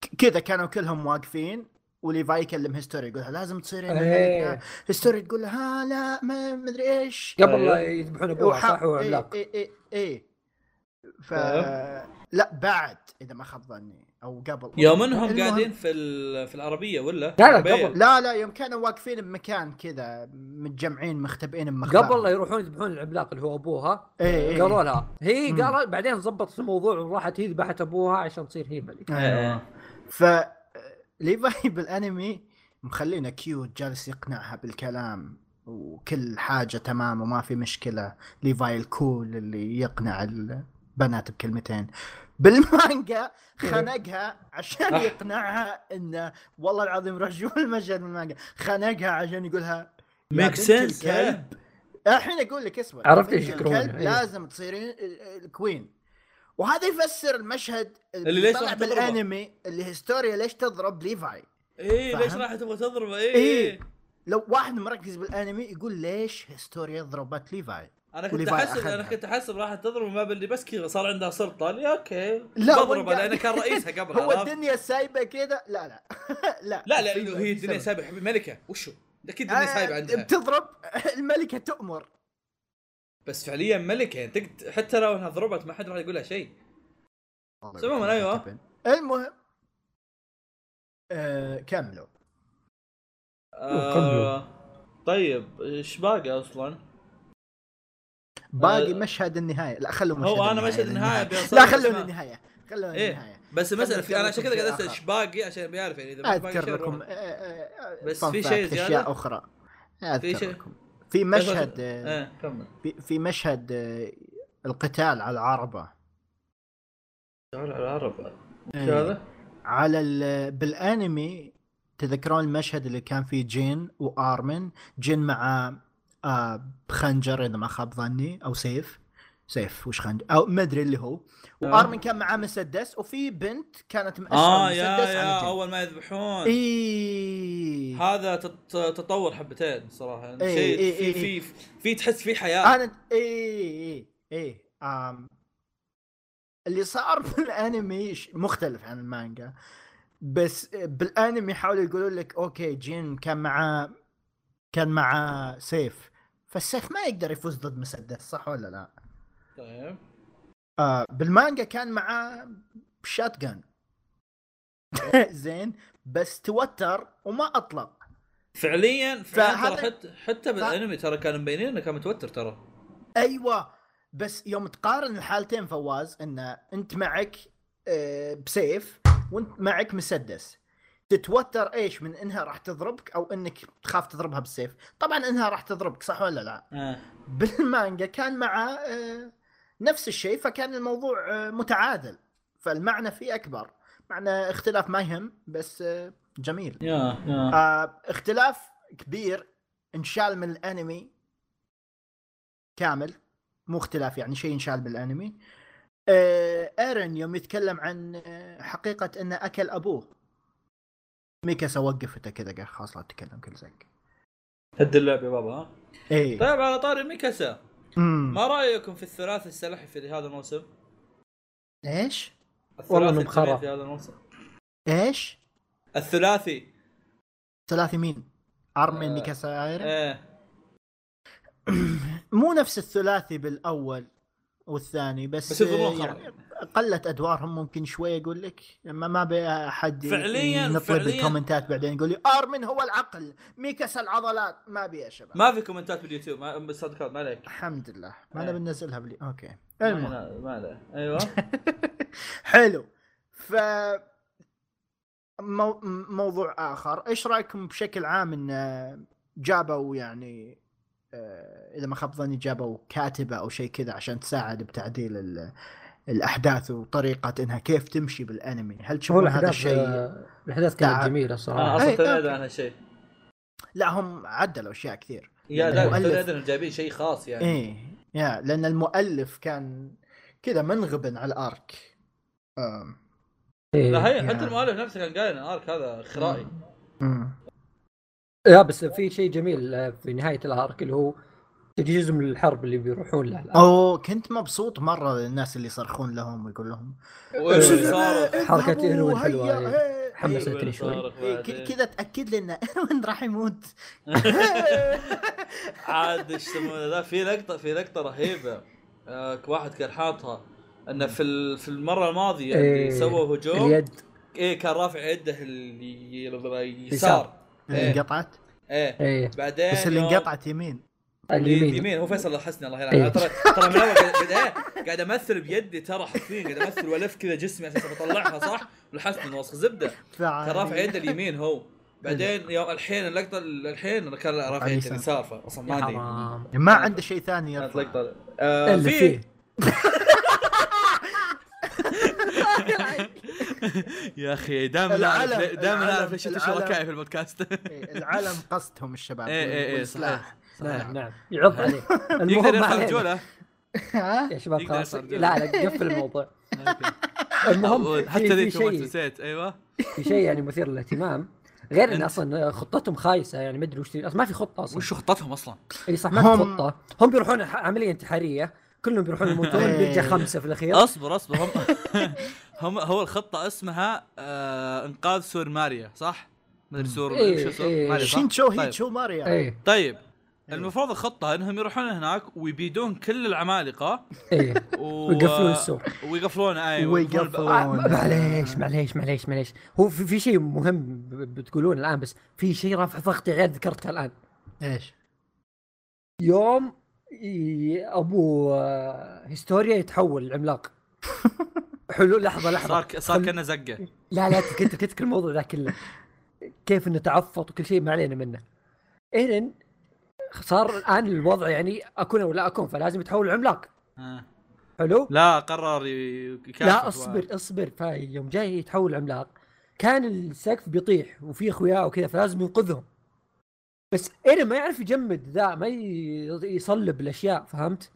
Speaker 1: ك- كذا كانوا كلهم واقفين وليفاي يكلم هيستوريا يقولها لازم تصيرين
Speaker 3: إيه.
Speaker 1: الملكه هيستوريا تقول لها "آه، لا ما مدري ايش
Speaker 3: قبل
Speaker 2: أيوه.
Speaker 3: لا
Speaker 1: إيه.
Speaker 3: يذبحون ابوها صح هو عملاق
Speaker 1: اي اي اي إيه، ف
Speaker 2: طيب.
Speaker 1: لا بعد اذا ما خاب ظني او قبل
Speaker 2: يوم انهم
Speaker 1: المهم-
Speaker 2: قاعدين في ال- في العربيه ولا
Speaker 3: لا،
Speaker 2: العربية.
Speaker 3: قبل.
Speaker 1: لا لا يوم كانوا واقفين بمكان كذا متجمعين مختبئين بمخبأ
Speaker 3: قبل لا يروحون يذبحون العملاق اللي هو ابوها
Speaker 1: إيه إيه.
Speaker 3: قالوا لها هي
Speaker 1: مم.
Speaker 3: قالت بعدين ظبطت الموضوع وراحت هي ذبحت ابوها عشان تصير هي الملكه
Speaker 1: أيوة.
Speaker 2: آه.
Speaker 1: ف ليفاي بالانمي مخلينا كيوت جالس يقنعها بالكلام وكل حاجه تمام وما في مشكله ليفاي الكول اللي يقنع البنات بكلمتين بالمانجا خنقها عشان
Speaker 3: إيه.
Speaker 2: أح.
Speaker 1: يقنعها انه والله العظيم روح شوف المشهد من المانجا خنقها عشان يقولها يا
Speaker 2: ميك
Speaker 1: بنت
Speaker 2: سنس
Speaker 1: الكلب الحين اقول لك اسمع
Speaker 3: إيه. عرفت
Speaker 1: بنت
Speaker 3: إيش
Speaker 1: الكلب
Speaker 3: يكرهونه، إيه.
Speaker 1: لازم تصيرين ال- ال- الكوين وهذا يفسر المشهد
Speaker 2: اللي ليش
Speaker 1: طلع
Speaker 2: راح تضربه؟
Speaker 1: بالانمي اللي هيستوريا ليش تضرب ليفاي
Speaker 2: ايه ليش
Speaker 1: فاهم؟
Speaker 2: راح تبغى تضربه ايه
Speaker 1: إيه. لو واحد مركز بالانمي يقول ليش هيستوريا ضربت ليفاي
Speaker 2: انا كنت
Speaker 1: وليفاي
Speaker 2: احسب
Speaker 1: أخذها.
Speaker 2: انا كنت احسب راح تضربه ما باللي بس كذا صار عندها سلطه لي اوكي
Speaker 1: لا، هو
Speaker 2: بضربه
Speaker 1: قاعد-
Speaker 2: لانه كان رئيسها قبل
Speaker 1: هو
Speaker 2: عرفت؟
Speaker 1: الدنيا سايبه كذا لا لا لا
Speaker 2: لا لا
Speaker 1: في-
Speaker 2: إنه
Speaker 1: في
Speaker 2: هي الدنيا
Speaker 1: سبب.
Speaker 2: سايبه حبيب ملكه وشو اكيد الدنيا
Speaker 1: آه،
Speaker 2: سايبه عندها
Speaker 1: بتضرب الملكه تؤمر
Speaker 2: بس فعليا ملكه يعني تقد- حتى لو انها ضربت ما حد راح يقول لها شيء عموماً، أيوة.
Speaker 1: المهم آه كملوا
Speaker 2: آه طيب ايش باقي اصلا؟
Speaker 1: باقي
Speaker 2: آه.
Speaker 1: مشهد النهايه لا خلوا مشهد
Speaker 2: هو انا
Speaker 1: النهاية،
Speaker 2: مشهد النهايه
Speaker 1: النهاية.
Speaker 2: أبي أصور
Speaker 1: لا
Speaker 2: اسمع.
Speaker 1: خلونا النهايه خلونا
Speaker 2: إيه.
Speaker 1: النهايه
Speaker 2: بس المساله في انا عشان كذا
Speaker 1: أذكركم
Speaker 2: قاعد
Speaker 1: شيء
Speaker 2: اسال
Speaker 1: آخر.
Speaker 2: ايش باقي عشان بيعرف يعني اذا ما باقي شيء
Speaker 1: اذكر لكم آه،
Speaker 2: روح.
Speaker 1: بس
Speaker 2: بس
Speaker 1: في
Speaker 2: في
Speaker 1: شيء
Speaker 2: شيء
Speaker 1: زياده
Speaker 2: زيادة؟
Speaker 1: اشياء اخرى
Speaker 2: في
Speaker 1: اذكر
Speaker 2: شيء-
Speaker 1: لكم في مشهد آه،
Speaker 2: ايه كمل
Speaker 1: في, في مشهد آه، القتال على العربه
Speaker 2: تعال على العرب ايش
Speaker 1: آه،
Speaker 2: هذا؟
Speaker 1: على ال... بالانمي تذكرون المشهد اللي كان فيه جين وارمن جين مع آه خنجر اذا ما خاب ظني او سيف سيف وش خنجر او ما ادري اللي
Speaker 2: آه.
Speaker 1: هو وارمن كان معاه مسدس وفي بنت كانت مأسره
Speaker 2: اه يا
Speaker 1: مسدس
Speaker 2: يا
Speaker 1: على جين
Speaker 2: اول ما يذبحون
Speaker 1: إيه. اي
Speaker 2: هذا تط- تطور حبتين صراحه يعني
Speaker 1: إيه،
Speaker 2: شيء
Speaker 1: إيه، إيه،
Speaker 2: في, في في في تحس في حياه
Speaker 1: انا اي اي اي إيه، آم. اللي صار في الانمي ش- مختلف عن المانجا بس بالانمي حاولوا يقولوا لك اوكي جين كان مع كان مع سيف فالسيف ما يقدر يفوز ضد مسدس صح ولا لا؟
Speaker 2: طيب
Speaker 1: آه بالمانجا كان مع شاتجان زين بس توتر وما اطلق
Speaker 2: فعليا فعليا
Speaker 1: فهذا-
Speaker 2: ترى حتى حتى بالانمي ترى كانوا مبينين انه كان متوتر ترى
Speaker 1: ايوه بس يوم تقارن الحالتين فواز ان انت معك آه، بسيف وانت معك مسدس تتوتر ايش من انها راح تضربك او انك تخاف تضربها بالسيف طبعا انها راح تضربك صح ولا لا
Speaker 2: آه.
Speaker 1: بالمانجا كان مع آه، نفس الشيء فكان الموضوع آه، متعادل فالمعنى فيه اكبر معنى اختلاف ما يهم بس آه، جميل
Speaker 2: يا يا
Speaker 1: آه، اختلاف كبير انشال من الانمي كامل مو اختلاف يعني شيء انشال بالانمي آه، ايرن يوم يتكلم عن آه، حقيقه انه اكل ابوه ميكاسا وقفته كذا قال خلاص لا تتكلم كل إيه. زق
Speaker 2: هد اللعب يا بابا ها
Speaker 1: اي
Speaker 2: طيب على طاري ميكاسا ما رايكم في الثلاث السلاحي في هذا الموسم؟
Speaker 1: ايش؟
Speaker 3: والله
Speaker 2: الثلاثي
Speaker 3: إنهم خرا.
Speaker 2: في هذا الموسم
Speaker 1: ايش؟
Speaker 2: الثلاثي
Speaker 1: ثلاثي مين؟
Speaker 2: آه،
Speaker 1: ارمي نيكاساير
Speaker 2: ايه
Speaker 1: مو نفس الثلاثي بالاول والثاني بس,
Speaker 2: بس يظلون
Speaker 1: يعني
Speaker 2: خرا
Speaker 1: قلت ادوارهم ممكن شوي اقول لك ما ما بي احد
Speaker 2: فعلياً-
Speaker 1: نطلب
Speaker 2: فعلياً.
Speaker 1: الكومنتات بعدين يقول لي ارمن هو العقل ميكس العضلات ما بي يا شباب
Speaker 2: ما في كومنتات باليوتيوب ما بالصدقات ما عليك
Speaker 1: الحمد لله ما انا
Speaker 2: إيه.
Speaker 1: بنزلها بلي اوكي المهم
Speaker 2: ما ما عليه ايوه
Speaker 1: حلو ف مو... موضوع اخر ايش رايكم بشكل عام ان آه، جابوا يعني آه، اذا ما خاب ظني جابوا كاتبه او شيء كذا عشان تساعد بتعديل ال... الاحداث وطريقه انها كيف تمشي بالانمي هل
Speaker 3: هو
Speaker 1: تشوفون هذا
Speaker 3: الاحداث
Speaker 1: الشيء
Speaker 3: آه، الاحداث كانت
Speaker 1: تعب.
Speaker 3: جميله
Speaker 2: انا
Speaker 3: صراحه
Speaker 2: اصلا
Speaker 1: إيه،
Speaker 2: توني
Speaker 1: أوكي.
Speaker 2: ادري عن هالشيء
Speaker 1: لا هم عدلوا اشياء كثير
Speaker 2: يا داري
Speaker 1: المؤلف.
Speaker 2: توني ادري إنهم جايبين شيء خاص يعني
Speaker 1: ايه يا لان المؤلف كان كذا منغبن على الارك آم.
Speaker 3: إيه.
Speaker 2: لا هي
Speaker 1: يعني.
Speaker 2: حتى المؤلف نفسه كان قايل إن الارك هذا خرائي
Speaker 1: مم.
Speaker 3: لا بس في شيء جميل آه، في نهايه الارك اللي هو تجهيزهم من الحرب اللي بيروحون لها الآن.
Speaker 1: او كنت مبسوط مره للناس اللي يصرخون لهم ويقول لهم
Speaker 2: إيه، والصارخ.
Speaker 3: حركة إيروين
Speaker 1: ايروين
Speaker 3: حلوة، حمستني
Speaker 2: والصارخ
Speaker 3: شوي.
Speaker 1: إيه،
Speaker 2: بعدين.
Speaker 1: ك- كذا تاكد لي ان ايروين راح يموت إيه.
Speaker 2: عاد ايش يسمونه ذا في لقطه في لقطه رهيبه آه واحد كان حاطها انه في ال- في المره الماضيه
Speaker 3: إيه.
Speaker 2: اللي سووا هجوم
Speaker 3: اليد
Speaker 2: ايه كان رافع يده ال-
Speaker 3: يسار.
Speaker 2: يسار
Speaker 1: اللي انقطعت
Speaker 2: ايه
Speaker 3: ايه
Speaker 2: بعدين
Speaker 1: بس اللي
Speaker 2: إيه. يوم-
Speaker 1: انقطعت يمين
Speaker 3: اليمين
Speaker 2: اليمين هو فيصل لاحظني الله
Speaker 3: إيه.
Speaker 2: يلعن ترى ترى من اول قاعد قاعد- إيه، قاعد امثل بيدي ترى حرفيا قاعد امثل والف كذا جسمي عشان بطلعها صح لاحظت انه وسخ زبده
Speaker 3: آه،
Speaker 2: كان
Speaker 1: يعني
Speaker 2: رافع يده اليمين هو بعدين يوم الحين اللقطه ال- الحين كان رافع
Speaker 1: على
Speaker 2: يده
Speaker 1: اليسار.
Speaker 2: اليسار فاصلا
Speaker 3: يا
Speaker 2: ما ادري
Speaker 3: حرام
Speaker 1: ما عنده شيء ثاني
Speaker 2: كانت
Speaker 1: يرفع
Speaker 2: لقطه آه،
Speaker 3: اللي
Speaker 2: في
Speaker 3: فيه
Speaker 2: يا اخي دائما
Speaker 1: العلم،
Speaker 2: نعرف دائما
Speaker 1: العلم،
Speaker 2: نعرف ايش
Speaker 1: العلم.
Speaker 2: شركائي في البودكاست
Speaker 1: إيه، العالم قصدهم الشباب
Speaker 2: إيه، إيه، إيه،
Speaker 1: والسلاح
Speaker 3: نعم نعم يعض عليه
Speaker 2: يقدر
Speaker 3: المهم ما
Speaker 2: يرفع
Speaker 3: علينا.
Speaker 2: رجوله
Speaker 1: ها؟
Speaker 3: يا شباب
Speaker 2: يقدر
Speaker 3: خلاص
Speaker 2: يرفع رجوله.
Speaker 3: لا لا قفل الموضوع
Speaker 2: أو-
Speaker 3: المهم في-
Speaker 2: حتى
Speaker 3: في
Speaker 2: ذيك ما
Speaker 3: شيء
Speaker 2: نسيت ايوه
Speaker 3: في شيء يعني مثير للاهتمام غير ان
Speaker 2: أنت.
Speaker 3: اصلا خطتهم خايسه يعني ما ادري وش أصلاً ما في خطه اصلا
Speaker 2: وش خطتهم اصلا؟
Speaker 3: اي صح ما في
Speaker 1: هم-
Speaker 3: خطه هم بيروحون ح- عمليه انتحاريه كلهم بيروحون يموتون
Speaker 1: إيه.
Speaker 3: بيرجع خمسه في الاخير
Speaker 2: اصبر اصبر هم هم هو الخطه اسمها آه انقاذ سور ماريا صح؟ ما ادري سور
Speaker 3: إيه،
Speaker 2: شو سور
Speaker 3: إيه.
Speaker 2: ماريا صح؟
Speaker 1: شينشو
Speaker 2: طيب.
Speaker 1: هيتشو ماريا
Speaker 3: ايه
Speaker 2: طيب المفروض الخطه انهم يروحون هناك ويبيدون كل العمالقه
Speaker 3: ايه
Speaker 2: و...
Speaker 3: ويقفلون السور
Speaker 2: ويقفلون ايوه ويقفلون الب-
Speaker 1: ويقفلون
Speaker 3: آه، معليش معليش معليش معليش هو في, في شيء مهم ب- بتقولون الان بس في شيء رافع ضغطي غير ذكرته الان آه،
Speaker 1: ايش؟
Speaker 3: يوم ي- ابو آه، هيستوريا يتحول العملاق حلو لحظه لحظه
Speaker 2: صار ك- صار
Speaker 3: آه، خل-
Speaker 2: كانه زقه
Speaker 3: لا لا تذكر تذكر الموضوع ذا كله كيف انه تعفط وكل شيء ما علينا منه ايرن صار الان الوضع يعني اكون او لا اكون فلازم يتحول عملاق
Speaker 2: آه.
Speaker 3: حلو
Speaker 2: لا قرر ي- يكافح
Speaker 3: لا اصبر اصبر فيوم جاي يتحول عملاق كان السقف بيطيح وفي اخوياه وكذا فلازم ينقذهم بس ايرن ما يعرف يجمد ذا ما ي- يصلب الاشياء فهمت؟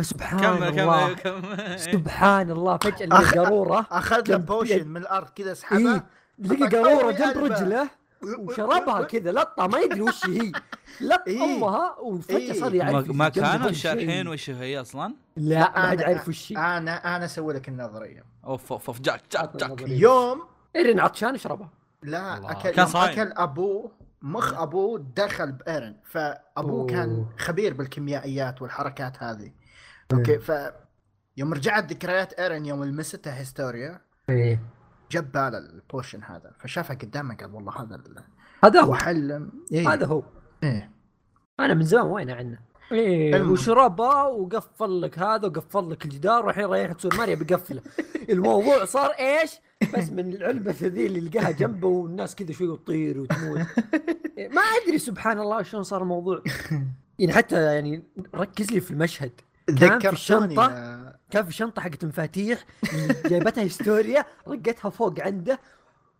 Speaker 3: فسبحان
Speaker 2: كمل
Speaker 3: الله
Speaker 2: كمل كمل
Speaker 3: سبحان الله فجاه
Speaker 1: أخ-
Speaker 3: لقى قاروره
Speaker 1: اخذ له
Speaker 3: جنب-
Speaker 1: بوشن من الارض
Speaker 3: إيه،
Speaker 1: كذا
Speaker 3: اي
Speaker 1: سحبها
Speaker 3: لقى
Speaker 1: أعطاك
Speaker 3: قاروره
Speaker 1: طيب
Speaker 3: جنب
Speaker 1: قلبه.
Speaker 3: رجله وشربها كذا لطه ما يدري وش هي لط
Speaker 1: إيه.
Speaker 3: امها وفجاه صار يعرف
Speaker 2: ما
Speaker 3: جنب
Speaker 2: كانوا
Speaker 3: كل شيء.
Speaker 2: شارحين وش هي اصلا؟
Speaker 3: لا ما حد
Speaker 1: أنا-
Speaker 3: عارف وش هي
Speaker 1: انا انا اسوي لك النظريه
Speaker 2: اوف اوف اوف جاك جاك جاك
Speaker 1: يوم
Speaker 3: ايرن عطشان اشربها
Speaker 1: لا
Speaker 2: الله.
Speaker 1: اكل
Speaker 2: كان
Speaker 1: كان
Speaker 2: صايم.
Speaker 1: اكل ابوه مخ ابوه دخل بايرن فابوه
Speaker 3: أوه.
Speaker 1: كان خبير بالكيميائيات والحركات هذه
Speaker 3: إيه.
Speaker 1: اوكي ف يوم رجعت ذكريات ايرن يوم لمسته هيستوريا إيه.
Speaker 3: ايه
Speaker 1: جاب باله البوشن هذا فشافها قدامه قال والله هذا ال-
Speaker 3: هذا هو
Speaker 1: وحل إيه.
Speaker 3: هذا هو
Speaker 1: إيه.
Speaker 3: انا من زمان وين عنه ايه
Speaker 1: المهم.
Speaker 3: وشربها وقفل لك هذا وقفل لك الجدار والحين رايح تصير ماريا بيقفله الموضوع صار ايش؟ بس من العلبه ذي اللي لقاها جنبه والناس كذا شوي تطير وتموت إيه، ما ادري سبحان الله شلون صار الموضوع يعني حتى يعني ركز لي في المشهد كان في
Speaker 1: ذكرتوني
Speaker 3: الشنطة؟
Speaker 1: آه،
Speaker 3: كان في شنطه حقت مفاتيح جايبتها هيستوريا رقتها فوق عنده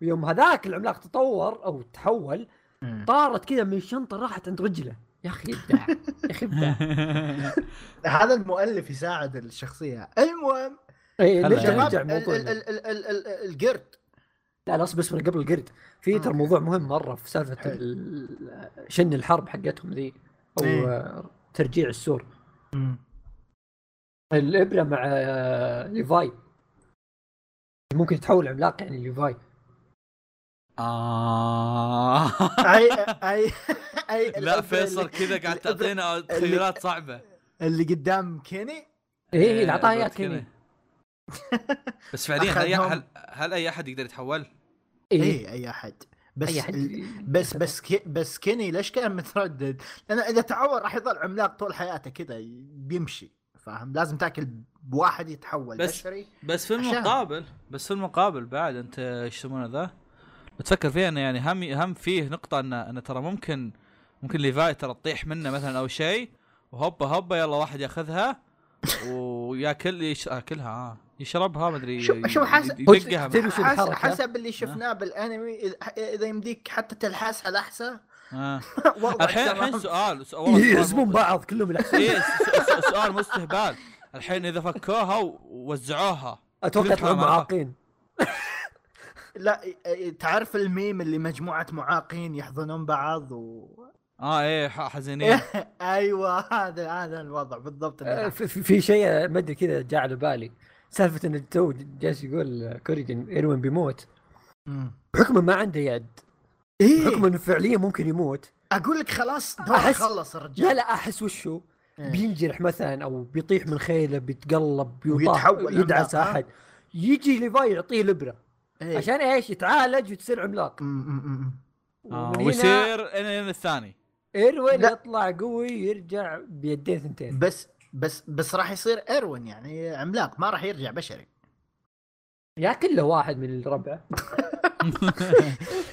Speaker 3: ويوم هذاك العملاق تطور او تحول
Speaker 1: مم.
Speaker 3: طارت كذا من الشنطه راحت عند رجله يا اخي ابداع يا اخي ابداع
Speaker 1: هذا المؤلف يساعد الشخصيه المهم
Speaker 3: إيه،
Speaker 2: هلا.
Speaker 3: نرجع
Speaker 1: شباب
Speaker 3: نرجع
Speaker 1: ال- ال-
Speaker 3: الموضوع
Speaker 1: ال- ال- ال- ال- القرد
Speaker 3: لا لا اصبر اصبر قبل القرد في ترى
Speaker 1: أوكي. إيه.
Speaker 3: موضوع مهم مره في سالفه
Speaker 1: حلو.
Speaker 3: ال- شن الحرب حقتهم ذي او
Speaker 1: إيه.
Speaker 3: آه، ترجيع السور الابره مع آه، ليفاي ممكن تحول عملاق يعني ليفاي
Speaker 2: اه
Speaker 1: اي اي اي
Speaker 2: لا
Speaker 1: الإبرة
Speaker 2: فيصل
Speaker 1: اللي-
Speaker 2: كذا قاعد
Speaker 1: الإبرة
Speaker 2: تعطينا تخيلات صعبه
Speaker 1: اللي قدام كيني
Speaker 3: اي اي اللي اعطاها
Speaker 2: إيه،
Speaker 3: اياك
Speaker 2: بالضبط كذا.
Speaker 3: كذا
Speaker 2: بس فعليا هل,
Speaker 1: أخذهم.
Speaker 2: هل هل اي احد يقدر يتحول؟ إيه.
Speaker 3: اي
Speaker 1: اي اي احد
Speaker 3: اي
Speaker 1: إيه، بس
Speaker 3: احد
Speaker 1: ال- بس بس كي بس كيني ليش كان متردد؟ لانه اذا تعور راح يظل عملاق طول حياته كذا ي- بيمشي فاهم؟ لازم تاكل بواحد يتحول
Speaker 2: بس-
Speaker 1: بشري
Speaker 2: بس في
Speaker 1: عشان.
Speaker 2: المقابل بس في المقابل بعد انت ايش يسمونه ذا؟ بتفكر فيها انه يعني هم هم فيه نقطة انه انه ترى ممكن ممكن ليفاي ترى تطيح منه مثلا او شيء وهوبا هوبا يلا واحد ياخذها وياكل يش- ياكلها آه يشربها ما ادري
Speaker 1: شوف- شوف حسب-
Speaker 2: يدقها
Speaker 3: تدري شو
Speaker 1: حس-
Speaker 3: الحركة؟
Speaker 1: حسب اللي شفناه بالانمي إذا- اذا يمديك حتى تلحسها لحسه
Speaker 2: آه.
Speaker 1: وضعك
Speaker 2: الحين
Speaker 1: تمام.
Speaker 2: الحين سؤال سؤال- والله سؤال
Speaker 3: يزمون
Speaker 2: مو-
Speaker 3: إيه، بعض كلهم الأحسن.
Speaker 2: إيه، س- س- سؤال مو استهبال الحين اذا فكوها ووزعوها
Speaker 3: اتوقع
Speaker 2: كلهم
Speaker 3: يطلعون
Speaker 2: على بعض.
Speaker 3: معاقين
Speaker 1: لا إيه، تعرف الميم اللي مجموعه معاقين يحضنون بعض و...
Speaker 2: اه ايه ح- حزينين
Speaker 3: نعم.
Speaker 1: ايوه هذا هذا الوضع بالضبط اللي
Speaker 3: آه،
Speaker 1: راح.
Speaker 3: في- في في شيء ما ادري كذا جاء على بالي سالفه انه تو جالس يقول كوريجن ايروين بيموت
Speaker 1: مم.
Speaker 3: بحكم ما عنده يد بحكم
Speaker 1: ايه
Speaker 3: انه فعليا ممكن يموت
Speaker 1: اقول لك خلاص
Speaker 3: أحس-
Speaker 1: خلص الرجال
Speaker 3: لا لا احس وشو
Speaker 1: إيه.
Speaker 3: بينجرح مثلا او بيطيح من خيله بيتقلب بيطاح
Speaker 1: ويتحول
Speaker 3: يدعس
Speaker 1: عملاق، ها؟
Speaker 3: احد يجي ليفاي يعطيه الابره
Speaker 1: إيه.
Speaker 3: عشان ايش يتعالج وتصير عملاق
Speaker 1: مم، مم، مم.
Speaker 2: آه،
Speaker 3: ومن هنا
Speaker 2: ويصير إلى- إلى الثاني
Speaker 3: ايروين
Speaker 1: لا.
Speaker 3: يطلع قوي يرجع بيدين ثنتين
Speaker 1: بس بس بس راح يصير ايروين يعني عملاق ما راح يرجع بشري
Speaker 3: يا كله واحد من الربع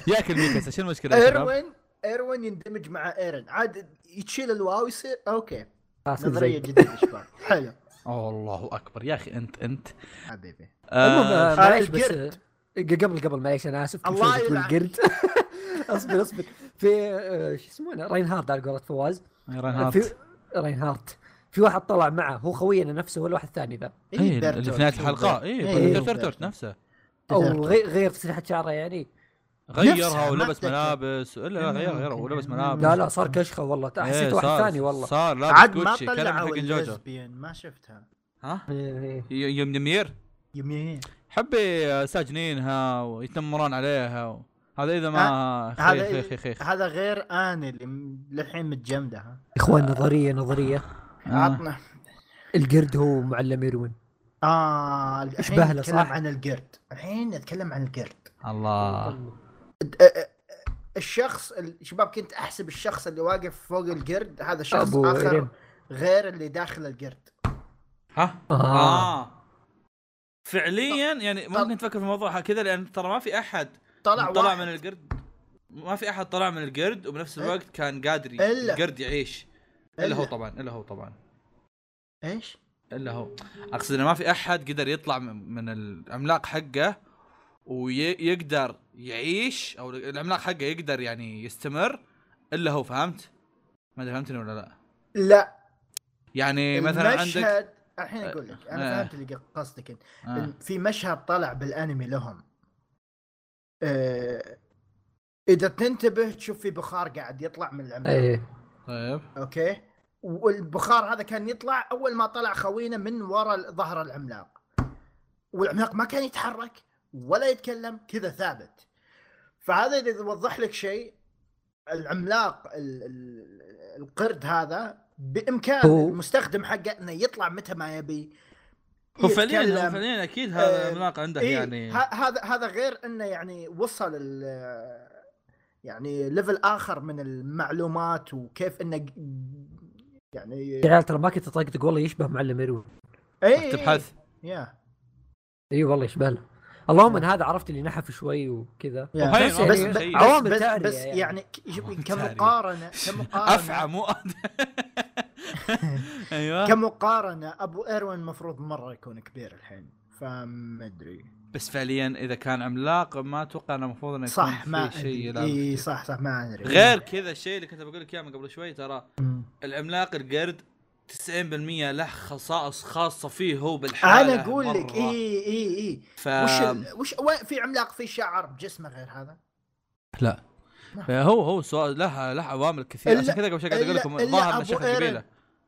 Speaker 2: ياكل ميكاسا شو المشكله يا شباب؟
Speaker 1: ايروين ايروين يندمج مع ايرن عاد يتشيل الواو يصير اوكي
Speaker 3: خلاص
Speaker 1: نظريه
Speaker 3: نزيد.
Speaker 1: جديده شباب حلو
Speaker 2: أوه، الله اكبر يا اخي انت انت
Speaker 1: حبيبي
Speaker 3: المهم آه،
Speaker 2: آه
Speaker 3: معليش بس آه،
Speaker 1: القرد.
Speaker 3: قبل قبل معليش انا اسف كل
Speaker 1: الله
Speaker 3: شوي تقول
Speaker 1: يلعن.
Speaker 3: قرد اصبر اصبر في آه، شو يسمونه رينهارد على قولة فواز
Speaker 2: رينهارت.
Speaker 3: في رينهارد في واحد طلع معه هو خوينا نفسه ولا واحد ثاني ذا
Speaker 2: إيه، اللي في نهايه الحلقه
Speaker 3: إيه،
Speaker 2: اي ترترت نفسه
Speaker 3: او غي- غير سلاحة شعره يعني
Speaker 1: نفسها،
Speaker 2: غيرها
Speaker 1: ما
Speaker 2: ولبس
Speaker 1: تذكر.
Speaker 2: ملابس الا لا، غير غير ولبس ملابس
Speaker 3: لا لا صار كشخه والله
Speaker 2: إيه،
Speaker 3: حسيته واحد
Speaker 2: صار-
Speaker 3: ثاني والله
Speaker 2: صار لابس
Speaker 1: عاد ما
Speaker 2: جوتشي كلام حق
Speaker 1: طلعوا
Speaker 2: جوجو
Speaker 1: الليزبيان ما شفتها
Speaker 2: ها
Speaker 3: إيه، إيه.
Speaker 2: ي- يوم نمير
Speaker 1: يمين
Speaker 2: حبي ساجنينها ويتنمرون عليها و... هذا اذا ما
Speaker 1: هذا
Speaker 2: خيخ خيخ خيخ
Speaker 1: هذا غير اني اللي م- للحين متجمده ها
Speaker 3: اخوان
Speaker 2: آه.
Speaker 3: نظريه نظريه
Speaker 1: عطنا
Speaker 3: القرد هو معلم ايروين
Speaker 1: اه الحين
Speaker 3: إشباه له،
Speaker 1: نتكلم
Speaker 3: صح؟
Speaker 1: عن القرد الحين نتكلم عن القرد
Speaker 2: آه. الله
Speaker 1: الشخص الشباب كنت احسب الشخص اللي واقف فوق القرد هذا شخص
Speaker 3: ابو
Speaker 1: اخر
Speaker 3: إيرين.
Speaker 1: غير اللي داخل القرد
Speaker 2: ها
Speaker 3: آه.
Speaker 2: آه. فعليا يعني ممكن تفكر في الموضوع كذا لان ترى ما في احد
Speaker 1: طلع
Speaker 2: طلع
Speaker 1: واحد.
Speaker 2: من القرد ما في احد طلع من القرد وبنفس
Speaker 1: إيه.
Speaker 2: الوقت كان قادر ي-
Speaker 1: إلا.
Speaker 2: القرد يعيش الا هو
Speaker 1: إلا-
Speaker 2: طبعا الا هو طبعا
Speaker 1: ايش؟
Speaker 2: الا هو اقصد انه ما في احد قدر يطلع من من العملاق حقه ويقدر يعيش او العملاق حقه يقدر يعني يستمر الا هو فهمت؟ ما ادري فهمتني ولا لا؟
Speaker 1: لا
Speaker 2: يعني مثلا عندك
Speaker 1: المشهد الحين اقول لك
Speaker 2: آه.
Speaker 1: انا فهمت اللي قصدك انت
Speaker 2: آه.
Speaker 1: في مشهد طلع بالانمي لهم آه، اذا تنتبه تشوف في بخار قاعد يطلع من العملاق
Speaker 3: ايه
Speaker 2: طيب
Speaker 1: اوكي والبخار هذا كان يطلع اول ما طلع خوينا من ورا ظهر العملاق والعملاق ما كان يتحرك ولا يتكلم كذا ثابت فهذا اذا يوضح لك شيء العملاق ال- ال- القرد هذا بامكان
Speaker 3: هو-
Speaker 1: المستخدم حقه انه يطلع متى ما يبي
Speaker 2: هو فعليا هو
Speaker 1: يتكلم.
Speaker 2: فعليا اكيد هذا
Speaker 1: آه،
Speaker 2: العملاق عنده
Speaker 1: إيه،
Speaker 2: يعني
Speaker 1: ه- هذا هذا غير انه يعني وصل ال- يعني ليفل اخر من المعلومات وكيف انه ج- يعني
Speaker 3: يا عيال ترى ما كنت اطقطق والله يشبه معلم ايروين
Speaker 1: اي
Speaker 2: رحت تبحث
Speaker 1: إيه، يا
Speaker 3: اي إيه والله يشبه له اللهم ان هذا عرفت اللي نحف شوي وكذا يعني
Speaker 1: يا.
Speaker 2: وهي عوامل
Speaker 1: بس بس
Speaker 2: خير.
Speaker 1: بس-
Speaker 3: عوامل
Speaker 1: بس,
Speaker 3: تارية
Speaker 1: بس
Speaker 3: يعني.
Speaker 1: يعني ك- شوف
Speaker 2: عوامل تارية.
Speaker 1: كمقارنه
Speaker 2: افعى
Speaker 1: كمقارنه
Speaker 2: مو ايوه
Speaker 1: كمقارنه ابو ايروين المفروض مره يكون كبير الحين فما ادري
Speaker 2: بس فعليا اذا كان عملاق ما اتوقع انه المفروض انه يكون
Speaker 1: صح ما
Speaker 2: في شيء يلعب.
Speaker 1: اي صح صح ما ادري
Speaker 2: غير كذا الشيء اللي كنت بقول لك اياه من قبل شوي ترى
Speaker 1: يعني مم.
Speaker 2: العملاق القرد 90% له خصائص خاصه فيه هو بالحاله
Speaker 1: انا اقول لك
Speaker 2: مرة.
Speaker 1: اي اي اي
Speaker 2: ف...
Speaker 1: وش ال- وش وين في عملاق في شعر بجسمه غير هذا؟
Speaker 2: لا هو هو سؤال له له عوامل كثير
Speaker 1: إلا-
Speaker 2: عشان كذا قبل شوي قاعد اقول
Speaker 1: إلا-
Speaker 2: لكم
Speaker 1: إلا
Speaker 2: الظاهر انه
Speaker 1: أبو
Speaker 2: شكل
Speaker 1: إيرن.
Speaker 2: جبيله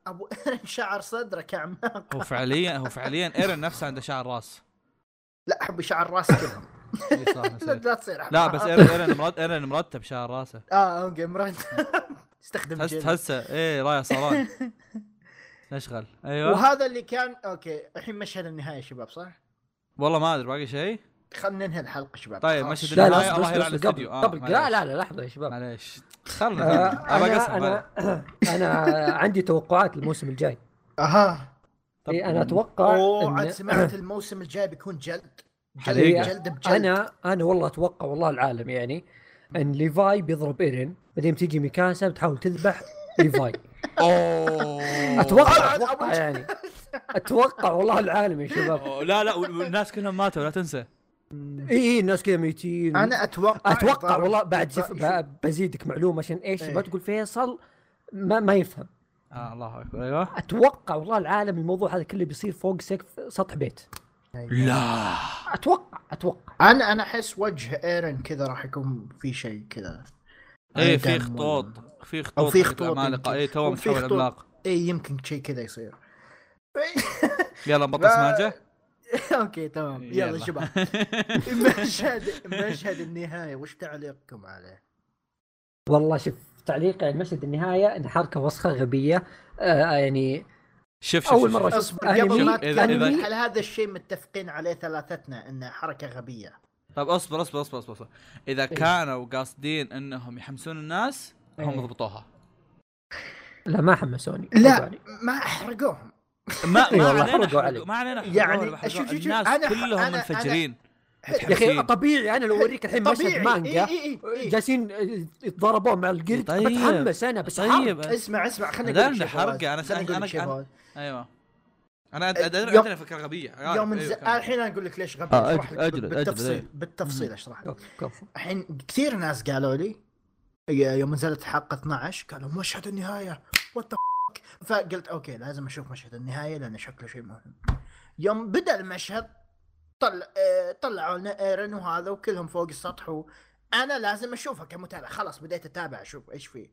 Speaker 1: ابو ايرن شعر صدره كعملاق
Speaker 2: هو فعليا هو فعليا ايرن نفسه عنده شعر راس
Speaker 1: لا احب شعر راسي كذا
Speaker 2: إي صح،
Speaker 1: لا
Speaker 2: صح.
Speaker 1: لا تصير آه،
Speaker 2: لا بس ايرن ايرن مرتب ايرن مرتب شعر راسه
Speaker 1: اه اوكي مرات استخدم
Speaker 2: تحس
Speaker 1: جل.
Speaker 2: تحسه ايه رايح صالون نشغل ايوه
Speaker 1: وهذا اللي كان اوكي الحين مشهد النهايه شباب صح؟
Speaker 2: والله ما ادري باقي شيء
Speaker 1: خلينا ننهي الحلقه شباب
Speaker 2: طيب،
Speaker 1: خلاص.
Speaker 2: مشهد
Speaker 3: لا
Speaker 2: النهاية
Speaker 3: لا
Speaker 2: الله يلعن
Speaker 3: بس بس قبل
Speaker 2: الاستديو. آه،
Speaker 3: قبل لا
Speaker 2: معليش.
Speaker 3: لا لا لحظه يا شباب
Speaker 2: معليش
Speaker 3: آه،
Speaker 2: خلنا ابى اقسم
Speaker 3: انا
Speaker 2: بعد.
Speaker 3: أنا- انا عندي توقعات الموسم الجاي
Speaker 1: اها
Speaker 2: طب-
Speaker 3: إيه، انا اتوقع
Speaker 1: اوه
Speaker 3: إن-
Speaker 1: عاد سمعت الموسم الجاي بيكون جلد
Speaker 3: إيه،
Speaker 2: حقيقة.
Speaker 1: جلد جلد بجلد
Speaker 3: انا انا والله اتوقع والله العالم يعني ان ليفاي بيضرب ايرين بعدين بتيجي ميكاسا بتحاول تذبح ليفاي
Speaker 2: اوه
Speaker 3: اتوقع
Speaker 1: أبو-
Speaker 3: اتوقع يعني اتوقع والله العالم يا شباب
Speaker 2: أوه، لا لا وال- والناس كلهم ماتوا لا تنسى
Speaker 3: اي اي إيه، الناس كذا ميتين
Speaker 1: انا اتوقع
Speaker 3: اتوقع
Speaker 1: يضرب-
Speaker 3: والله بعد شف
Speaker 1: يضرب-
Speaker 3: ب- بزيدك معلومه عشان ايش
Speaker 1: إيه.
Speaker 3: ما تقول فيصل ما ما يفهم
Speaker 2: آه الله اكبر ايوه
Speaker 3: اتوقع والله العالم الموضوع هذا كله بيصير فوق سقف سطح بيت
Speaker 2: لا
Speaker 3: اتوقع اتوقع
Speaker 1: انا انا احس وجه ايرن كذا راح يكون في شيء كذا
Speaker 2: ايه
Speaker 1: أي دم
Speaker 2: في
Speaker 1: ولا-
Speaker 2: خطوط في خطوط
Speaker 1: أو في خطوط
Speaker 2: عمالقه
Speaker 1: يمكن.
Speaker 2: ايه تو
Speaker 1: أو في
Speaker 2: متحول
Speaker 1: خطوط.
Speaker 2: عملاق
Speaker 1: اي إيه، يمكن شيء كذا يصير
Speaker 2: يلا نبطل سماجه
Speaker 1: اوكي تمام يلا شباب مشهد مشهد النهايه وش تعليقكم عليه؟
Speaker 3: والله شوف تعليق عن مشهد النهايه ان حركه وسخه غبيه آه يعني
Speaker 2: شوف شوف
Speaker 3: أول
Speaker 2: شوف،
Speaker 3: مرة
Speaker 2: شوف.
Speaker 1: اصبر
Speaker 3: أنا
Speaker 1: قبل
Speaker 2: مي-
Speaker 1: ما
Speaker 2: إذا-
Speaker 1: تكمل
Speaker 3: إذا-
Speaker 1: هل هذا الشيء متفقين عليه ثلاثتنا انه حركه غبيه؟
Speaker 2: طب اصبر اصبر اصبر اصبر, طيب، أصبر. اذا
Speaker 1: إيه.
Speaker 2: كانوا قاصدين انهم يحمسون الناس هم
Speaker 3: إيه.
Speaker 2: ضبطوها
Speaker 3: لا ما حمسوني
Speaker 1: لا ما احرقوهم
Speaker 2: ما
Speaker 3: إيه
Speaker 2: ما
Speaker 3: والله،
Speaker 2: علينا
Speaker 3: حرقوا
Speaker 2: حرقوا-
Speaker 3: عليك.
Speaker 2: ما علينا حرقوا
Speaker 1: يعني
Speaker 2: ولا حرقوا.
Speaker 1: شوف- شوف- شوف،
Speaker 2: الناس
Speaker 1: أنا-
Speaker 2: كلهم
Speaker 1: أنا-
Speaker 2: منفجرين
Speaker 3: يا اخي
Speaker 2: متحمسين
Speaker 3: طبيعي انا لو اوريك الحين مشهد مانجا
Speaker 1: إي إي إي.
Speaker 3: جالسين يتضاربوا مع القرد
Speaker 2: طيب.
Speaker 3: بتحمس انا بس
Speaker 2: طيب
Speaker 3: طيب
Speaker 1: اسمع اسمع خليني
Speaker 2: هذا
Speaker 1: اقول لك
Speaker 2: اللي حرقه، أنا-
Speaker 1: شيء فواز. خليني أقول لك
Speaker 2: أنا-
Speaker 1: شيء
Speaker 2: أنا-
Speaker 1: فواز.
Speaker 2: ايوه انا أد- أد-
Speaker 1: يوم-
Speaker 2: أدري عندنا فكره غبيه غالب.
Speaker 1: يوم
Speaker 2: أيوة،
Speaker 1: ز...
Speaker 2: كمل.
Speaker 1: الحين انا اقول لك ليش غبي
Speaker 2: آه،
Speaker 1: أشرح
Speaker 2: أجل-
Speaker 1: لك
Speaker 2: أجل- أجل،
Speaker 1: بالتفصيل
Speaker 2: أجل.
Speaker 1: بالتفصيل اشرح لك
Speaker 3: كفو
Speaker 1: الحين كثير ناس قالوا لي يوم نزلت حلقه 12 قالوا مشهد النهايه وات فقلت اوكي لازم اشوف مشهد النهايه لانه شكله شيء مهم يوم بدا المشهد طلع آه، طلعوا لنا ايرن وهذا وكلهم فوق السطح وانا لازم اشوفها كمتابع خلاص بديت اتابع اشوف ايش فيه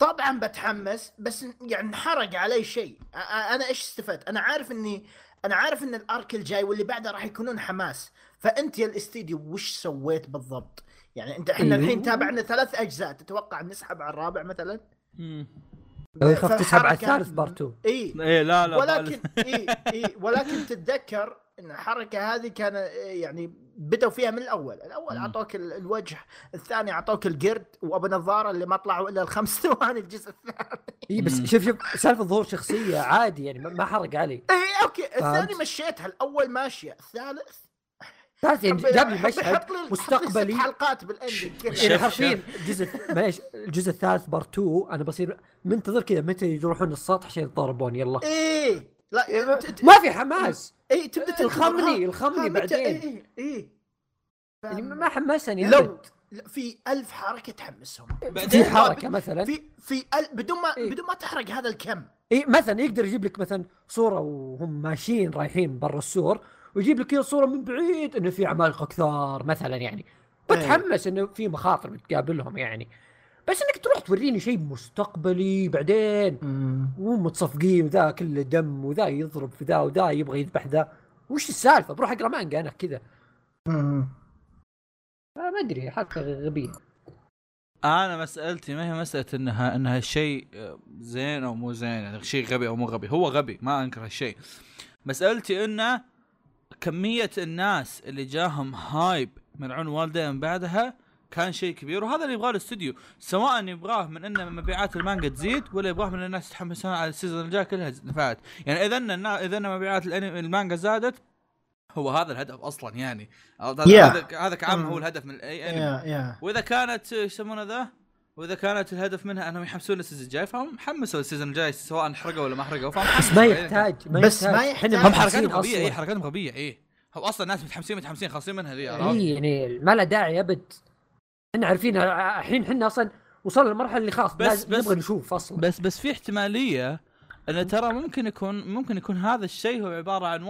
Speaker 1: طبعا بتحمس بس يعني انحرق علي شيء أ- أ- انا ايش استفدت انا عارف اني انا عارف ان الارك الجاي واللي بعده راح يكونون حماس فانت يا الاستديو وش سويت بالضبط يعني انت احنا
Speaker 3: أيوه.
Speaker 1: الحين تابعنا ثلاث اجزاء تتوقع نسحب على الرابع مثلا
Speaker 2: مم.
Speaker 3: لو يخاف تسحب على
Speaker 1: فالحركة-
Speaker 3: الثالث بارت 2
Speaker 1: اي
Speaker 2: ايه لا لا
Speaker 1: ولكن اي اي ولكن تتذكر ان الحركه هذه كان يعني بدوا فيها من الاول، الاول
Speaker 2: مم.
Speaker 1: اعطوك ال- الوجه، الثاني اعطوك القرد وابو نظاره اللي ما طلعوا الا الخمس ثواني الجزء الثاني.
Speaker 3: اي إيه، بس
Speaker 2: مم.
Speaker 3: شوف شوف سالفه ظهور شخصيه عادي يعني ما- ما حرق علي
Speaker 1: اي اوكي الثاني
Speaker 3: فهمت.
Speaker 1: مشيتها الاول ماشيه، الثالث
Speaker 3: تعرف يعني
Speaker 1: حب-
Speaker 3: جاب
Speaker 1: حب-
Speaker 3: لي مشهد
Speaker 1: حط لي- حط لي ست
Speaker 3: مستقبلي
Speaker 1: حلقات بالاندنج
Speaker 3: يعني
Speaker 2: شف-
Speaker 1: كذا
Speaker 3: حرفيا الجزء معليش الجزء الثالث بارت 2 انا بصير منتظر كذا متى يروحون السطح عشان يتضاربون يلا
Speaker 1: إيه. اي لا ت- ت-
Speaker 3: ما في حماس
Speaker 1: اي تبدا تنتظر.
Speaker 3: الخمني-
Speaker 1: ها-
Speaker 3: الخمني
Speaker 1: ها متى-
Speaker 3: بعدين.
Speaker 1: اي اي
Speaker 3: يعني ما حمسني
Speaker 1: لو
Speaker 3: أبد.
Speaker 1: لا، في ألف حركه تحمسهم
Speaker 3: في
Speaker 2: بعدين
Speaker 3: حركه مثلا
Speaker 1: في في ال... بدون ما
Speaker 3: إيه.
Speaker 1: بدون ما تحرق هذا الكم
Speaker 3: اي مثلا إيه، يقدر يجيب لك مثلا صوره وهم ماشيين رايحين برا السور ويجيب لك إياه صوره من بعيد انه في عمالقه كثار مثلا يعني
Speaker 1: إيه.
Speaker 3: بتحمس انه في مخاطر بتقابلهم يعني بس انك تروح توريني شيء مستقبلي بعدين وهم متصفقين وذا كله دم وذا يضرب في ذا وذا يبغى يذبح ذا وش السالفه بروح اقرا مانجا انا كذا آه، ما ادري حركه غبيه
Speaker 2: انا مسالتي ما هي مساله انها انها شيء آه، زين او مو زين يعني شيء غبي او مو غبي هو غبي ما انكر هالشيء مسالتي انه كميه الناس اللي جاهم هايب من عون والديه من بعدها كان شيء كبير وهذا اللي يبغاه الاستوديو سواء يبغاه من ان مبيعات المانجا تزيد ولا يبغاه من الناس تحمسون على السيزون الجاي كلها نفعت يعني اذا النا- اذا إن مبيعات الأنمي- المانجا زادت هو هذا الهدف اصلا يعني هذا
Speaker 1: Yeah.
Speaker 2: هذا- هذا كعام هو الهدف من اي
Speaker 3: يعني
Speaker 2: انمي
Speaker 1: يا يا
Speaker 2: واذا كانت آه، يسمونه ذا واذا كانت الهدف منها انهم يحمسون السيزون الجاي فهم حمسوا السيزون الجاي سواء حرقوا ولا ما حرقوا فهم حمسوا.
Speaker 3: ما
Speaker 2: يعني
Speaker 3: يحتاج ما
Speaker 1: بس ما
Speaker 3: يحتاج
Speaker 1: يحتاج.
Speaker 3: إحنا
Speaker 2: هم إيه،
Speaker 3: متحمسين
Speaker 2: حركاتهم غبيه اي
Speaker 3: أصلاً.
Speaker 2: حركاتهم غبيه اي هو اصلا الناس متحمسين متحمسين خاصين منها ذي عرفت؟
Speaker 3: اي يعني ما له داعي ابد احنا عارفين ع- الحين احنا اصلا وصلنا للمرحله اللي خلاص بس
Speaker 2: بس- بس-
Speaker 3: نبغى نشوف اصلا
Speaker 2: بس بس في احتماليه ان ترى ممكن يكون ممكن يكون هذا الشيء هو عباره عن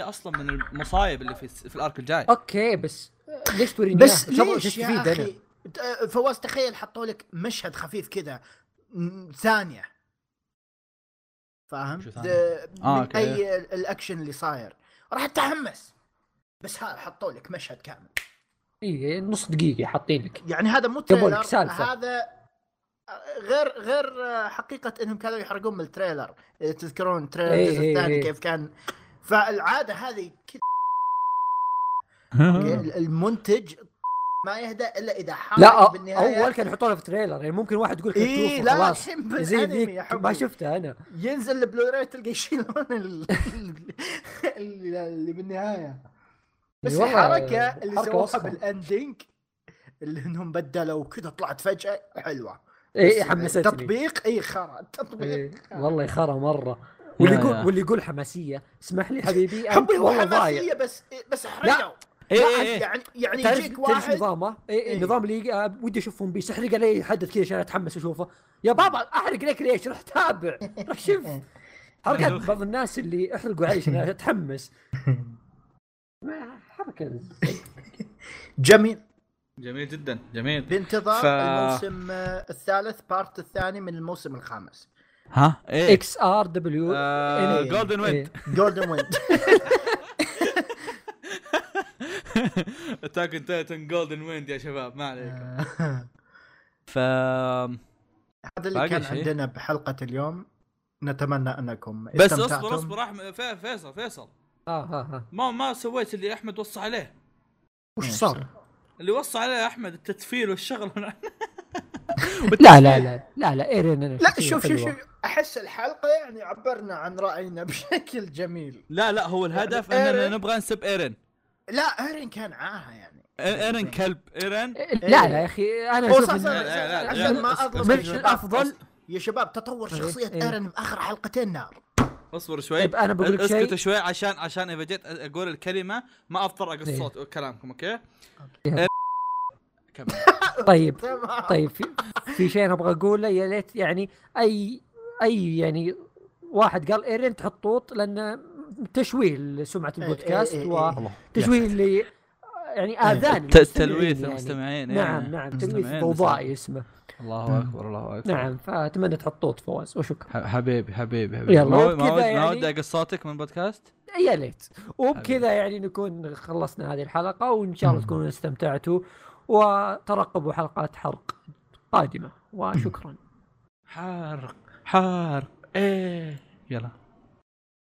Speaker 2: 1% اصلا من المصايب اللي في في الارك الجاي
Speaker 3: اوكي بس ليش توريني
Speaker 1: بس
Speaker 3: إياه؟ شو-
Speaker 1: ليش
Speaker 3: شو
Speaker 1: يا
Speaker 3: استفيد أنا؟
Speaker 1: اخي ت- فواز تخيل حطوا لك مشهد خفيف كذا م- ثانيه فاهم
Speaker 2: شو
Speaker 1: د-
Speaker 2: ثانية؟ آه،
Speaker 1: من
Speaker 2: أوكي.
Speaker 1: اي ال- الاكشن اللي صاير راح تتحمس بس ها حطوا لك مشهد كامل
Speaker 3: اي إيه، نص دقيقه حاطين لك
Speaker 1: يعني هذا مو
Speaker 3: جابوا لك
Speaker 1: تريلر
Speaker 3: سالفة.
Speaker 1: هذا آه، غير غير حقيقه انهم كانوا يحرقون من التريلر آه، تذكرون تريلر
Speaker 3: إيه
Speaker 1: الجزء
Speaker 3: إيه
Speaker 1: الثاني
Speaker 3: إيه.
Speaker 1: كيف كان فالعاده هذه كذا المنتج ما يهدى الا اذا حرق
Speaker 3: آه. لا آه، أ-
Speaker 1: بالنهايه
Speaker 3: اول كان يحطونه في تريلر يعني ممكن واحد يقول لك
Speaker 1: اي
Speaker 3: إيه
Speaker 1: لا
Speaker 3: خلاص
Speaker 1: الحين
Speaker 3: زي
Speaker 1: بالانمي يا
Speaker 3: ذيك ما
Speaker 1: حبي
Speaker 3: شفته انا
Speaker 1: ينزل البلوراي تلقى يشيلون ال- ال- اللي بالنهايه بس
Speaker 3: والله
Speaker 1: الحركه اللي
Speaker 3: حركة
Speaker 1: سووها
Speaker 3: وسخة.
Speaker 1: بالاندينج اللي انهم بدلوا وكذا طلعت فجاه حلوه
Speaker 3: اي
Speaker 1: بس
Speaker 3: إيه، حمستني
Speaker 1: تطبيق اي خرا تطبيق
Speaker 3: إيه، والله يخرى مره واللي
Speaker 2: يا-
Speaker 3: يقول
Speaker 2: يا.
Speaker 3: واللي يقول حماسيه اسمح لي حبيبي أنت
Speaker 1: حبي يعني هو
Speaker 3: والله ضايع
Speaker 1: حماسيه بس بس احرقوا
Speaker 2: اي
Speaker 1: لا،
Speaker 2: اي
Speaker 1: يعني يعني
Speaker 3: تعرف
Speaker 1: يجيك
Speaker 3: تعرف شو
Speaker 1: واحد
Speaker 3: نظامه؟ اي
Speaker 1: إيه.
Speaker 3: إيه. نظام اللي آه، ودي اشوفهم بيس احرق علي حدث كذا عشان اتحمس اشوفه يا بابا احرق لك ليش؟ روح تابع روح شوف حركة بعض الناس اللي احرقوا علي عشان اتحمس ما- حركة
Speaker 1: جميل
Speaker 2: جميل جدا جميل
Speaker 1: بانتظار
Speaker 2: ف-
Speaker 1: الموسم آه، الثالث بارت الثاني من الموسم الخامس
Speaker 2: ها ايه
Speaker 3: اكس ار دبليو
Speaker 2: آه،
Speaker 1: إيه.
Speaker 2: جولدن ويند
Speaker 1: جولدن ويند
Speaker 2: اتاك اون تايتن جولدن ويند يا شباب ما عليكم
Speaker 1: آه،
Speaker 2: ف
Speaker 1: هذا اللي
Speaker 2: باقي
Speaker 1: كان
Speaker 2: شيء؟
Speaker 1: عندنا بحلقه اليوم نتمنى انكم
Speaker 2: بس
Speaker 1: استمتعتم.
Speaker 2: اصبر اصبر احمد في- فيصل فيصل
Speaker 3: اه ها ها
Speaker 2: ما ما سويت اللي احمد وصى عليه
Speaker 3: وش صار؟
Speaker 2: اللي وصى عليه احمد التتفيل والشغل
Speaker 3: لا لا لا لا إيه، لا ايرين أنا
Speaker 1: لا
Speaker 3: شخصية
Speaker 1: شوف شوف
Speaker 3: حلوة.
Speaker 1: شوف احس الحلقه يعني عبرنا عن راينا بشكل جميل
Speaker 2: لا لا هو الهدف
Speaker 1: يعني إيرين-
Speaker 2: اننا نبغى نسب ايرن
Speaker 1: لا ايرين كان عاهه يعني
Speaker 2: ايرن كلب ايرن
Speaker 3: لا لا يا اخي انا
Speaker 1: هو
Speaker 3: اشوف
Speaker 1: صح
Speaker 3: إن-
Speaker 1: صح
Speaker 2: لا، لا، لا،
Speaker 1: عشان
Speaker 2: لا،
Speaker 1: ما
Speaker 2: أصبر، أصبر.
Speaker 1: اظلم يا
Speaker 3: مش
Speaker 1: شباب.
Speaker 3: الافضل
Speaker 1: يا شباب تطور
Speaker 3: إيه،
Speaker 1: شخصيه
Speaker 3: إيه.
Speaker 1: ايرن باخر حلقتين نعم. نار
Speaker 2: اصبر شوي
Speaker 3: طيب أنا بقول لك
Speaker 2: اسكتوا
Speaker 3: شيء.
Speaker 2: شوي عشان عشان اذا جيت اقول الكلمه ما افطر اقص
Speaker 3: إيه.
Speaker 2: صوت كلامكم اوكي؟
Speaker 3: يلا.
Speaker 2: إيرين- كمل
Speaker 3: طيب
Speaker 1: تمام
Speaker 3: طيب في, في شيء انا ابغى اقوله يا ليت يعني اي اي يعني واحد قال ايرين تحط طوط لان تشويه لسمعه
Speaker 1: إيه،
Speaker 3: البودكاست
Speaker 1: إيه، إيه.
Speaker 3: وتشويه اللي يعني اذان
Speaker 2: ت-
Speaker 3: المستمعين
Speaker 2: تلويث
Speaker 3: يعني.
Speaker 2: المستمعين إيه.
Speaker 3: نعم نعم تلويث
Speaker 2: المستمعين
Speaker 3: ضوضائي اسمه
Speaker 2: الله اكبر الله اكبر
Speaker 3: نعم فاتمنى تحط طوط فواز وشكرا
Speaker 2: ح- حبيبي حبيبي حبيبي
Speaker 3: يلا،
Speaker 2: ما ود- ما
Speaker 3: وبكذا
Speaker 2: ود- ما
Speaker 3: يعني-
Speaker 2: ودي اقص صوتك من بودكاست
Speaker 3: يا ليت وبكذا يعني نكون خلصنا هذه الحلقه وان شاء الله تكونوا استمتعتوا وترقبوا حلقات حرق قادمه وشكرا
Speaker 2: حار حار ايه يلا